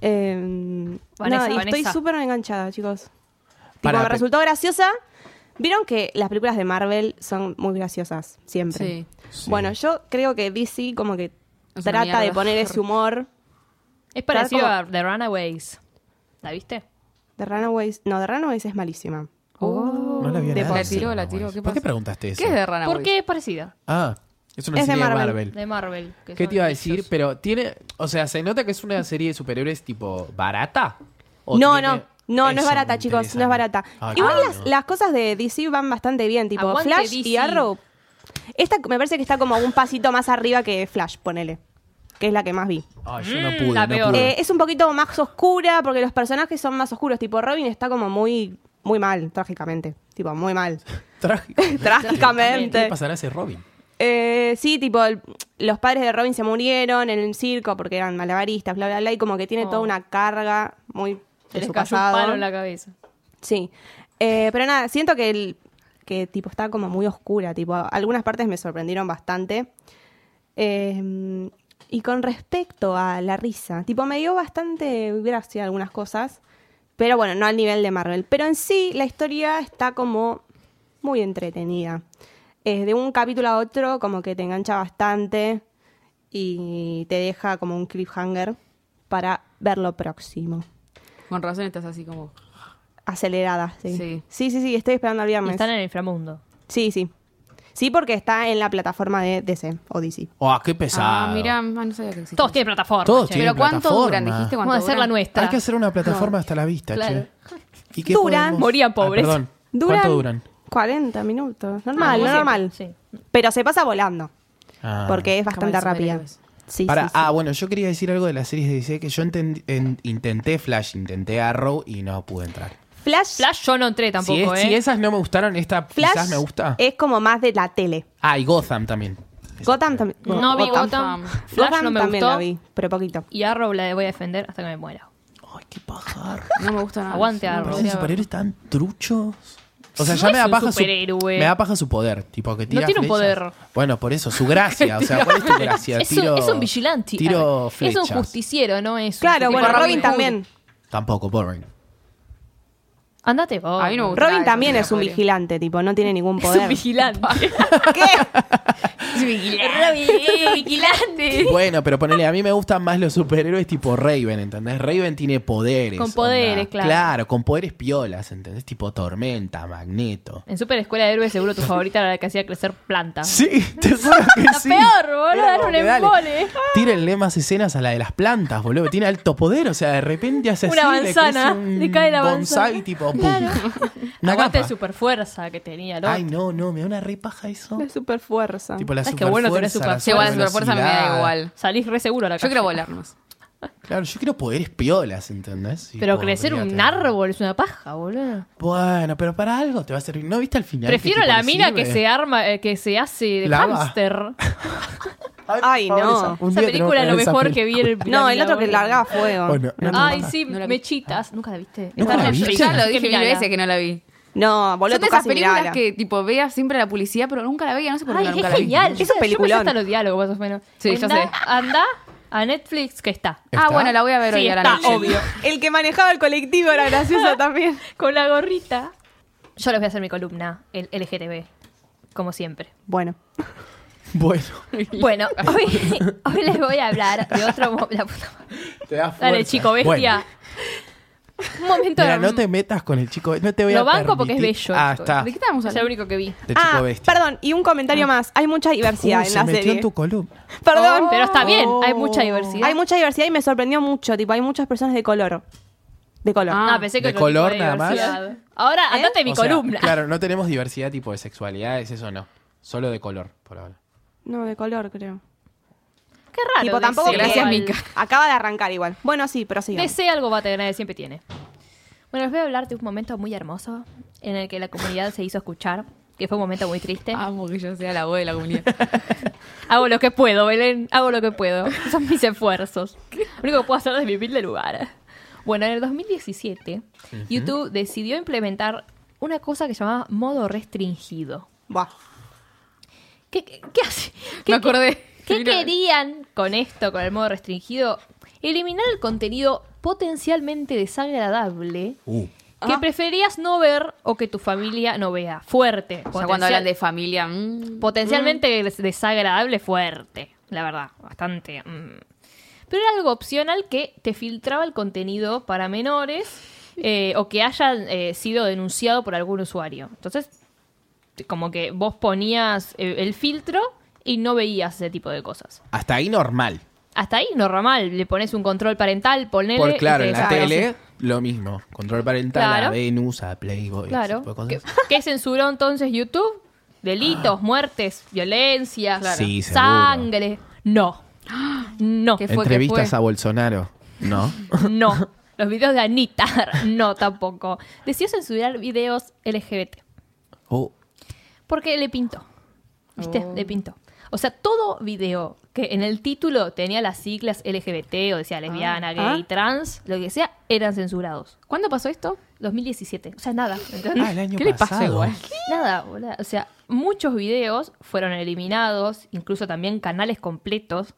S4: Eh, nada,
S2: Vanessa,
S4: y estoy
S2: Vanessa.
S4: súper enganchada, chicos. Tipo,
S1: Para,
S4: me
S1: pe-
S4: resultó graciosa. Vieron que las películas de Marvel son muy graciosas, siempre.
S2: Sí.
S4: Bueno, yo creo que DC como que
S2: Es una
S4: trata de
S2: mierda.
S4: poner ese humor
S3: Es parecido
S4: Claro,
S3: a The Runaways. ¿La viste?
S4: de Runaways. No, de Runaways es malísima.
S1: No la vi a
S4: De
S1: nadie,
S4: por-
S2: La tiró, la
S1: Runaways.
S2: tiró, ¿qué
S1: ¿Por qué
S2: pasó?
S1: preguntaste eso?
S2: ¿Qué es de Runaways?
S3: ¿Por qué es parecida?
S1: Ah, es una
S4: Es de
S1: serie
S4: Marvel.
S1: de Marvel.
S3: De Marvel. que
S1: ¿Qué
S3: son
S1: te iba a
S3: ellos.
S1: decir? Pero tiene. O sea, se nota que es una serie de superhéroes tipo barata. ¿O
S4: No,
S1: tiene-
S4: no, no, no
S1: Eso
S4: es barata,
S1: me
S4: chicos,
S1: interesa.
S4: no es barata.
S1: Ah,
S4: Igual
S1: claro.
S4: las, las cosas de DC van bastante bien, tipo
S3: Aguante
S4: Flash y
S3: DC.
S4: Arrow. Esta me parece que está como un pasito más arriba que Flash, ponele, que es la que más vi.
S1: Ay, yo no
S3: Mm,
S1: pude,
S3: la
S1: no
S3: peor.
S1: pude.
S4: Eh, es un poquito más oscura porque los personajes son más oscuros, tipo Robin está como muy, muy mal, trágicamente, tipo muy mal. [LAUGHS]
S1: Trágico. ¿Qué
S4: trágicamente. [LAUGHS]
S1: le pasará a ese Robin?
S4: Eh, sí, tipo, el- los padres de Robin se murieron en el circo porque eran malabaristas, bla, bla, bla, y como que tiene
S3: Oh.
S4: toda una carga muy
S3: Se
S4: de
S3: les
S4: su
S3: cayó un
S4: pasado.
S3: palo en la cabeza.
S4: Sí. Eh, pero nada, siento que el que tipo está como muy oscura, tipo algunas partes me sorprendieron bastante. Eh, y con respecto a la risa, tipo me dio bastante gracia algunas cosas, pero bueno, no al nivel de Marvel, pero en sí la historia está como muy entretenida. Eh, de un capítulo a otro como que te engancha bastante y te deja como un cliffhanger para ver lo próximo.
S2: Con razón estás así como...
S3: "Ah,
S4: Acelerada, sí.
S2: Sí.
S4: sí. Sí, sí, estoy esperando al
S3: Y
S4: viernes.
S3: están en el inframundo.
S4: Sí, sí. Sí, porque está en la plataforma de DC o DC.
S1: ¡Ah, qué pesado!
S2: Ah, mira, no sabía que existía.
S3: Todos tienen plataforma.
S1: Todos
S3: che.
S1: tienen
S2: Pero ¿cuánto
S1: plataforma.
S2: duran? Dijiste cuánto
S3: Vamos a hacer la
S2: duran?
S3: nuestra.
S1: Hay que hacer una plataforma hasta la vista,
S3: Claro.
S1: che. ¿Y qué Ah,
S4: Duran.
S3: Morían pobres.
S1: perdón.
S4: Duran,
S1: ¿Cuánto duran?
S4: 40 minutos.
S3: Ah,
S4: Normal,
S3: como
S4: no normal.
S3: siempre,
S4: Pero se pasa volando,
S1: Ah.
S4: porque es
S2: Como
S4: bastante
S2: los
S4: rápida.
S2: superhéroes.
S4: Sí,
S1: Pará,
S4: sí, sí.
S1: Ah, bueno, yo quería decir algo de las series de DC que yo enten- en- intenté Flash, intenté Arrow y no pude entrar.
S4: Flash, Flash,
S3: Flash yo no entré tampoco,
S1: si, es-
S3: ¿eh?
S1: si esas no me gustaron, esta quizás me gusta.
S4: es como más de la tele.
S1: Ah, y Gotham también.
S4: Gotham también.
S3: No vi Gotham. Flash
S4: Gotham
S3: no me
S4: también
S3: gustó.
S4: la vi, pero poquito.
S3: Y Arrow la voy a defender hasta que me muera.
S1: Ay, qué pajar.
S2: No me gusta nada.
S3: Aguante,
S2: No me
S3: Arrow.
S2: gusta.
S1: Parecen
S2: [LAUGHS]
S1: superhéroes tan truchos. O sea,
S3: No
S1: ya me
S3: es
S1: da
S3: un
S1: paja su
S3: superhéroe.
S1: Me da paja su poder. Tipo que tira
S3: tiene un
S1: flechas.
S3: poder.
S1: Bueno, por eso, su gracia. O sea, ¿cuál es
S3: [LAUGHS]
S1: tu gracia?
S3: es,
S1: Tiro-
S3: un, es un vigilante.
S1: Tiro
S3: es un
S1: flechas.
S3: justiciero, no es un
S4: Claro,
S3: justiciero.
S4: bueno,
S2: Robin
S4: Robin
S2: Hood.
S4: también.
S1: Tampoco, boring.
S3: Andate vos.
S2: A mí no me gusta
S4: Robin
S2: nada,
S4: también
S2: yo
S4: es un
S2: podría.
S4: vigilante, tipo, no tiene ningún
S3: Es un
S2: [LAUGHS]
S4: poder.
S3: vigilante. [LAUGHS]
S4: ¿Qué?
S3: Es vigilante. vigilante.
S1: Bueno, pero ponele, a mí me gustan más los superhéroes tipo Raven, ¿entendés? Raven tiene poderes.
S3: Con poderes, claro.
S1: Claro, con poderes piolas, ¿entendés? Tipo tormenta, magneto.
S3: En Super Escuela de Héroes seguro tu favorita era la que hacía crecer planta.
S1: Sí, te juro que
S3: La
S1: sí.
S3: peor, boludo, era un
S1: Dale.
S3: embole.
S1: Tírenle más escenas a la de las plantas, boludo. Tiene alto poder, o sea, de repente hace
S3: Una
S1: así, le crece
S3: manzana,
S1: un
S3: le cae la manzana.
S1: bonsai, tipo, pum. Una capa.
S3: Aguante de super fuerza que tenía, ¿no?
S1: Ay, no, no, me da una repaja eso.
S4: La super fuerza.
S1: Tipo la
S3: Es que
S1: super
S3: bueno tener super-
S1: fuerza.
S3: Sí,
S2: igual la superfuerza me da igual.
S3: Salís re seguro a la
S2: Yo
S3: calle.
S2: quiero volarnos.
S3: eh,
S1: [LAUGHS] [LAUGHS] Ah,
S2: Ah, [LAUGHS]
S3: Pues,
S5: Ah,
S2: Ah,
S4: Ah,
S2: Oh, Ah. [LAUGHS] [LAUGHS]
S3: Ah.
S5: Uh.
S2: que preferías no ver o que tu familia no vea. Fuerte.
S3: O sea, cuando hablan de familia. mm.
S2: Potencialmente des- desagradable, fuerte. La verdad, bastante. mm. Pero era algo opcional que te filtraba el contenido para menores eh, o que haya eh, sido denunciado por algún usuario. Entonces, te- como que vos ponías eh, el filtro y no veías ese tipo de cosas.
S5: Hasta ahí normal.
S2: Hasta ahí, normal. Le pones un control parental, ponele.
S5: Por
S2: y
S5: claro,
S2: te
S5: en la
S2: desactivas.
S5: tele, lo mismo. Control parental a
S2: Claro.
S5: Venus, a Playboy, ese
S2: Claro.
S5: tipo de
S2: ¿Qué,
S5: cosas.
S2: qué censuró entonces YouTube? Delitos, muertes, violencia,
S5: Claro. Sí, seguro.
S2: sangre. No. No.
S3: Qué ¿Qué fue?
S5: Entrevistas
S3: fue?
S5: a Bolsonaro. No.
S2: No. Los videos de Anita. [LAUGHS] No, tampoco. Decidió censurar videos LGBT.
S5: [LAUGHS] Oh,
S2: Porque le pintó. ¿Viste? Le pintó. O sea, todo video que en el título tenía las siglas LGBT o decía lesbiana, gay, trans, lo que sea, eran censurados.
S3: ¿Cuándo pasó esto?
S2: 2017. O sea, nada. ¿entendés?
S5: Ah, el año
S3: ¿Qué le pasa
S5: pasado.
S3: igual?
S2: Nada, boluda. O sea, muchos videos fueron eliminados, incluso también canales completos,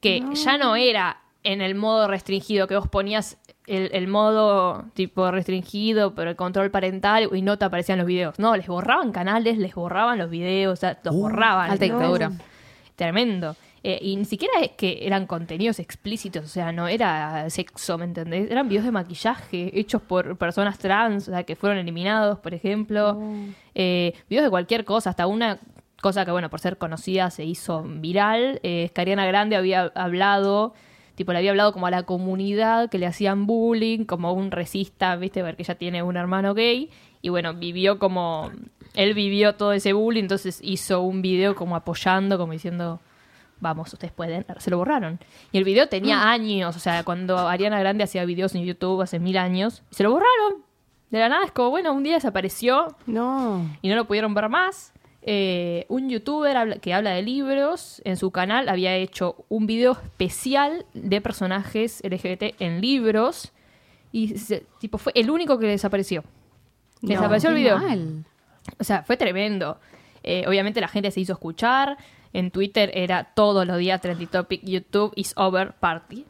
S2: que ya no era en el modo restringido, que vos ponías el, el modo tipo restringido, pero el control parental y no te aparecían los videos. No, les borraban canales, les borraban los videos, o sea, los
S5: Uh,
S2: borraban.
S3: alta
S2: ¿no?
S3: dictadura.
S2: Tremendo. Eh, y ni siquiera es que eran contenidos explícitos, o sea, no era sexo, ¿me entendés? Eran videos de maquillaje hechos por personas trans, o sea, que fueron eliminados, por ejemplo. Eh, videos de cualquier cosa, hasta una cosa que, bueno, por ser conocida se hizo viral. Eh, es que Ariana Grande había hablado, tipo, le había hablado como a la comunidad que le hacían bullying, como un resista, ¿viste? Porque ella tiene un hermano gay. Y bueno, vivió como. Él vivió todo ese bullying, entonces hizo un video como apoyando, como diciendo. Vamos, ustedes pueden. Se lo borraron. Y el video tenía años. O sea, cuando Ariana Grande hacía videos en YouTube hace mil años, se lo borraron. De la nada es como, bueno, un día desapareció
S4: No.
S2: y no lo pudieron ver más. Eh, un youtuber habla- que habla de libros en su canal había hecho un video especial de personajes LGBT en libros y se- tipo fue el único que desapareció. Desapareció el
S3: Qué
S2: video.
S3: mal.
S2: O sea, fue tremendo. Eh, obviamente la gente se hizo escuchar. En Twitter era todos los días Trendy Topic, YouTube is over party.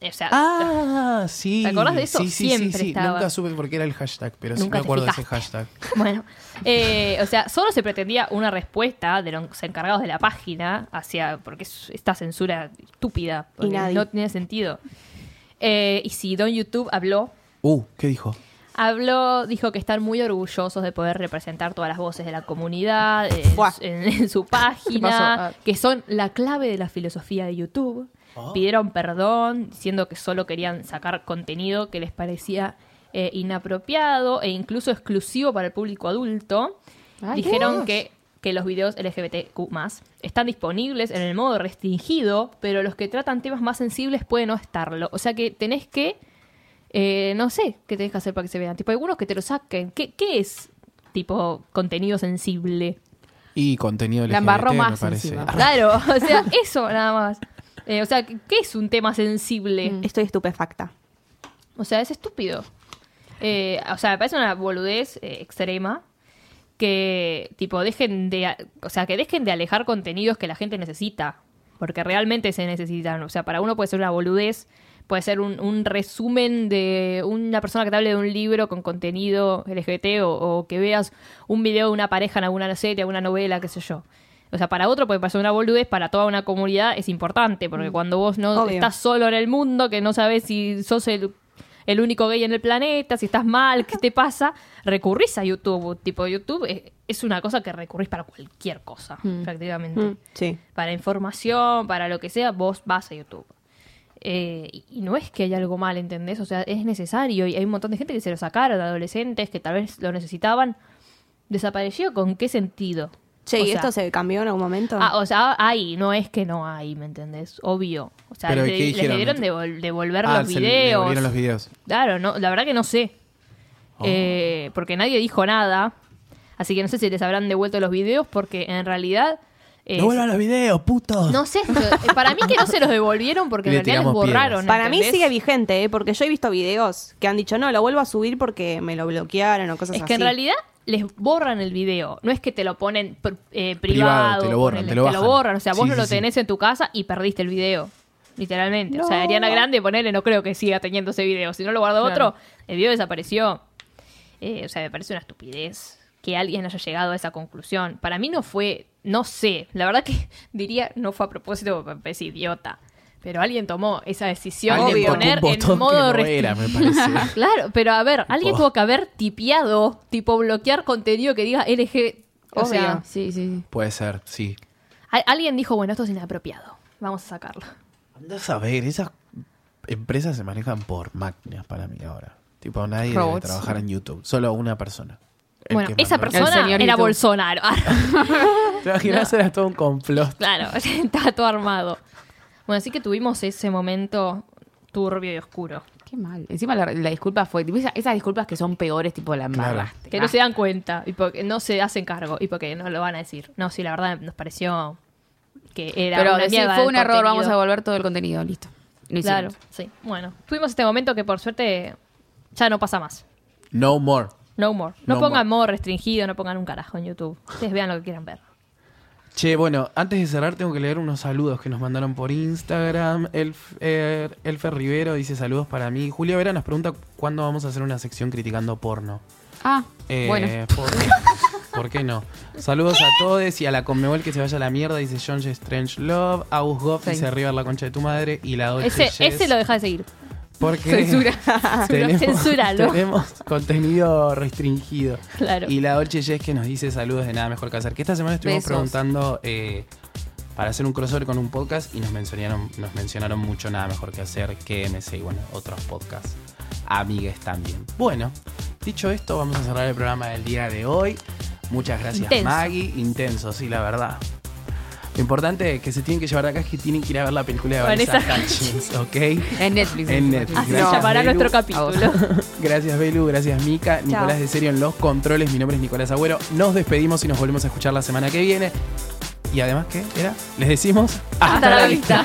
S2: O sea,
S5: Ah, sí.
S2: ¿Te acordás de eso?
S5: Sí, sí,
S2: Siempre
S5: sí, sí.
S2: estaba.
S5: Nunca supe por qué era el hashtag, pero sí
S2: Nunca
S5: me
S2: te
S5: acuerdo de ese
S2: fijaste.
S5: hashtag.
S2: [LAUGHS] Bueno, eh, o sea, solo se pretendía una respuesta de los encargados de la página hacia, porque es esta censura estúpida, porque
S4: nadie.
S2: no tiene sentido. Eh, y si Don YouTube habló,
S5: Uh, ¿qué dijo?
S2: habló, dijo que están muy orgullosos de poder representar todas las voces de la comunidad eh,
S4: Buah.
S2: en, en
S3: [LAUGHS]
S2: su
S3: pasó?
S2: página,
S3: Ah.
S2: que son la clave de la filosofía de YouTube. Pidieron perdón, diciendo que solo querían sacar contenido que les parecía eh, inapropiado e incluso exclusivo para el público adulto.
S3: Ay,
S2: Dijeron
S3: Dios.
S2: que, que los videos LGBTQ están disponibles en el modo restringido, pero los que tratan temas más sensibles pueden no estarlo. O sea que tenés que eh, no sé qué tenés que hacer para que se vean. Tipo, algunos que te lo saquen. ¿Qué, qué es, tipo, contenido sensible?
S5: Y contenido
S3: La
S5: LGBT,
S3: embarró
S5: me
S3: más
S5: parece.
S3: encima.
S5: Ah,
S2: Claro, [LAUGHS] o sea, eso nada más. Eh, o sea, ¿qué qué es un tema sensible?
S4: Estoy estupefacta.
S2: O sea, es estúpido. Eh, o sea, me parece una boludez eh, extrema que, tipo, dejen de... a- O sea, que dejen de alejar contenidos que la gente necesita. Porque realmente se necesitan. O sea, para uno puede ser una boludez, puede ser un, un resumen de una persona que te hable de un libro con contenido LGBT o, o que veas un video de una pareja en alguna serie, alguna novela, qué sé yo. O sea, para otro puede pasar una boludez, para toda una comunidad es importante, porque cuando vos no
S4: Obvio.
S2: estás solo en el mundo, que no sabes si sos el, el único gay en el planeta, si estás mal, qué te pasa, recurrís a YouTube. Tipo, YouTube es, es una cosa que recurrís para cualquier cosa, prácticamente.
S4: Mm, sí.
S2: Para información, para lo que sea, vos vas a YouTube. Eh, y- y no es que haya algo mal, ¿entendés? O sea, es necesario. Y hay un montón de gente que se lo sacaron, adolescentes que tal vez lo necesitaban. ¿Desapareció con qué sentido?
S4: Che,
S2: O
S4: ¿y
S2: sea,
S4: esto se cambió en algún momento?
S2: Ah, o sea, hay, no es que no hay, ¿me entendés? Obvio. O sea,
S5: Pero,
S2: les,
S5: ¿y qué
S2: les
S5: dijeron?
S2: debieron devol- devolver
S5: Ah,
S2: los
S5: se le- le
S2: videos.
S5: volvieron los videos. Oh.
S2: Claro, no, la verdad que no sé. Eh, porque nadie dijo nada. Así que no sé si les habrán devuelto los videos porque en realidad... eh,
S5: ¡Devuelvan los videos, putos!
S2: no sé, pero- para mí que no se los devolvieron porque
S5: Le
S2: en realidad les
S5: tiramos piedras.
S2: borraron.
S4: Para mí
S2: ¿entendés?
S4: sigue vigente, ¿eh? porque yo he visto videos que han dicho, no, lo vuelvo a subir porque me lo bloquearon o cosas así.
S2: Es que en realidad les borran el video. No es que te lo ponen pr- eh, privado.
S5: Privado, te lo borran,
S2: ponele,
S5: te lo bajan.
S2: borran. O sea, vos
S5: Sí,
S2: no
S5: sí,
S2: lo
S5: sí.
S2: tenés en tu casa y perdiste el video. Literalmente. O sea, Ariana Grande, ponele, no creo que siga teniendo ese video. Si no lo guardó
S3: Claro.
S2: otro, el video desapareció. Eh, o sea, me parece una estupidez que alguien haya llegado a esa conclusión. Para mí no fue, no sé, la verdad que [LAUGHS] diría no fue a propósito, porque me parece idiota. Pero alguien tomó esa decisión de
S4: Alguien tocó
S2: poner en modo
S1: que no era, me
S2: [LAUGHS]
S1: parece.
S2: Claro, pero a ver, alguien
S1: Tipo-
S2: tuvo que haber tipiado, tipo bloquear contenido que diga LG. O
S4: Obvio.
S2: sea,
S3: Sí, sí.
S1: Puede ser, sí.
S2: a- alguien dijo, bueno, esto es inapropiado, vamos a sacarlo.
S1: Andás a ver, esas empresas se manejan por máquinas para mí ahora. Tipo, nadie debe
S3: Robots.
S1: trabajar en YouTube, solo una persona. El
S2: bueno,
S1: que
S2: esa
S1: mandó-
S3: El
S2: persona
S3: señor
S2: era
S3: YouTube.
S2: Bolsonaro. [LAUGHS]
S1: [LAUGHS] ¿Te imaginas? Era todo un complot.
S2: [LAUGHS] claro, está todo armado. Bueno, así que tuvimos ese momento turbio y oscuro.
S3: Qué mal. Encima la, la disculpa fue. tipo, esa- esas disculpas que son peores, tipo la
S1: Claro.
S3: embarraste.
S2: Que no se dan cuenta y porque no se hacen cargo y porque no lo van a decir. No, sí, la verdad nos pareció que era
S3: Pero
S2: una
S3: decí,
S2: mierda
S3: fue
S2: el
S3: un error,
S2: contenido.
S3: vamos a volver todo el contenido. Listo. Lo
S2: Claro,
S3: hicieron.
S2: sí. Bueno, tuvimos este momento que por suerte ya no pasa más.
S1: No more.
S2: No more. No,
S1: No
S2: pongan more restringido, no pongan un carajo en YouTube. Ustedes vean lo que quieran ver.
S1: Che, bueno, antes de cerrar tengo que leer unos saludos que nos mandaron por Instagram. Elf- eh, Elfer Rivero dice saludos para mí. Julio Vera nos pregunta cuándo vamos a hacer una sección criticando porno.
S3: Ah,
S1: Eh,
S3: bueno.
S1: ¿por, por qué no? Saludos a todos y a la Conmebol que se vaya a la mierda, dice John J. Strange Love. Agus Goff
S3: Sí.
S1: dice River la concha de tu madre y la Dolce
S2: Ese,
S1: Jess.
S2: ese lo deja de seguir.
S1: Porque [LAUGHS]
S3: Censura.
S1: tenemos,
S2: Censúralo.
S1: tenemos contenido restringido.
S2: Claro.
S1: Y la Dolce Jess que nos dice saludos de nada mejor que hacer. Que esta semana estuvimos
S3: Besos.
S1: preguntando eh, para hacer un crossover con un podcast y nos mencionaron, nos mencionaron mucho nada mejor que hacer que MC y bueno, otros podcasts. Amigues también. Bueno, dicho esto, vamos a cerrar el programa del día de hoy. Muchas gracias,
S2: Intenso.
S1: Maggie. Intenso, sí, la verdad. Lo importante que se tienen que llevar de acá es que tienen que ir a ver la película de
S2: Vanessa
S1: Vanessa, Hutchins, ¿ok?
S3: En Netflix.
S1: En Netflix.
S2: Así
S1: Gracias,
S2: se llamará
S1: Belu.
S2: nuestro capítulo.
S1: [LAUGHS] Gracias Belu, gracias Mica, Nicolás
S4: Chao.
S1: de Serio en los controles, mi nombre es Nicolás Agüero, nos despedimos y nos volvemos a escuchar la semana que viene. Y además, ¿qué era? Les decimos...
S2: Hasta la vista.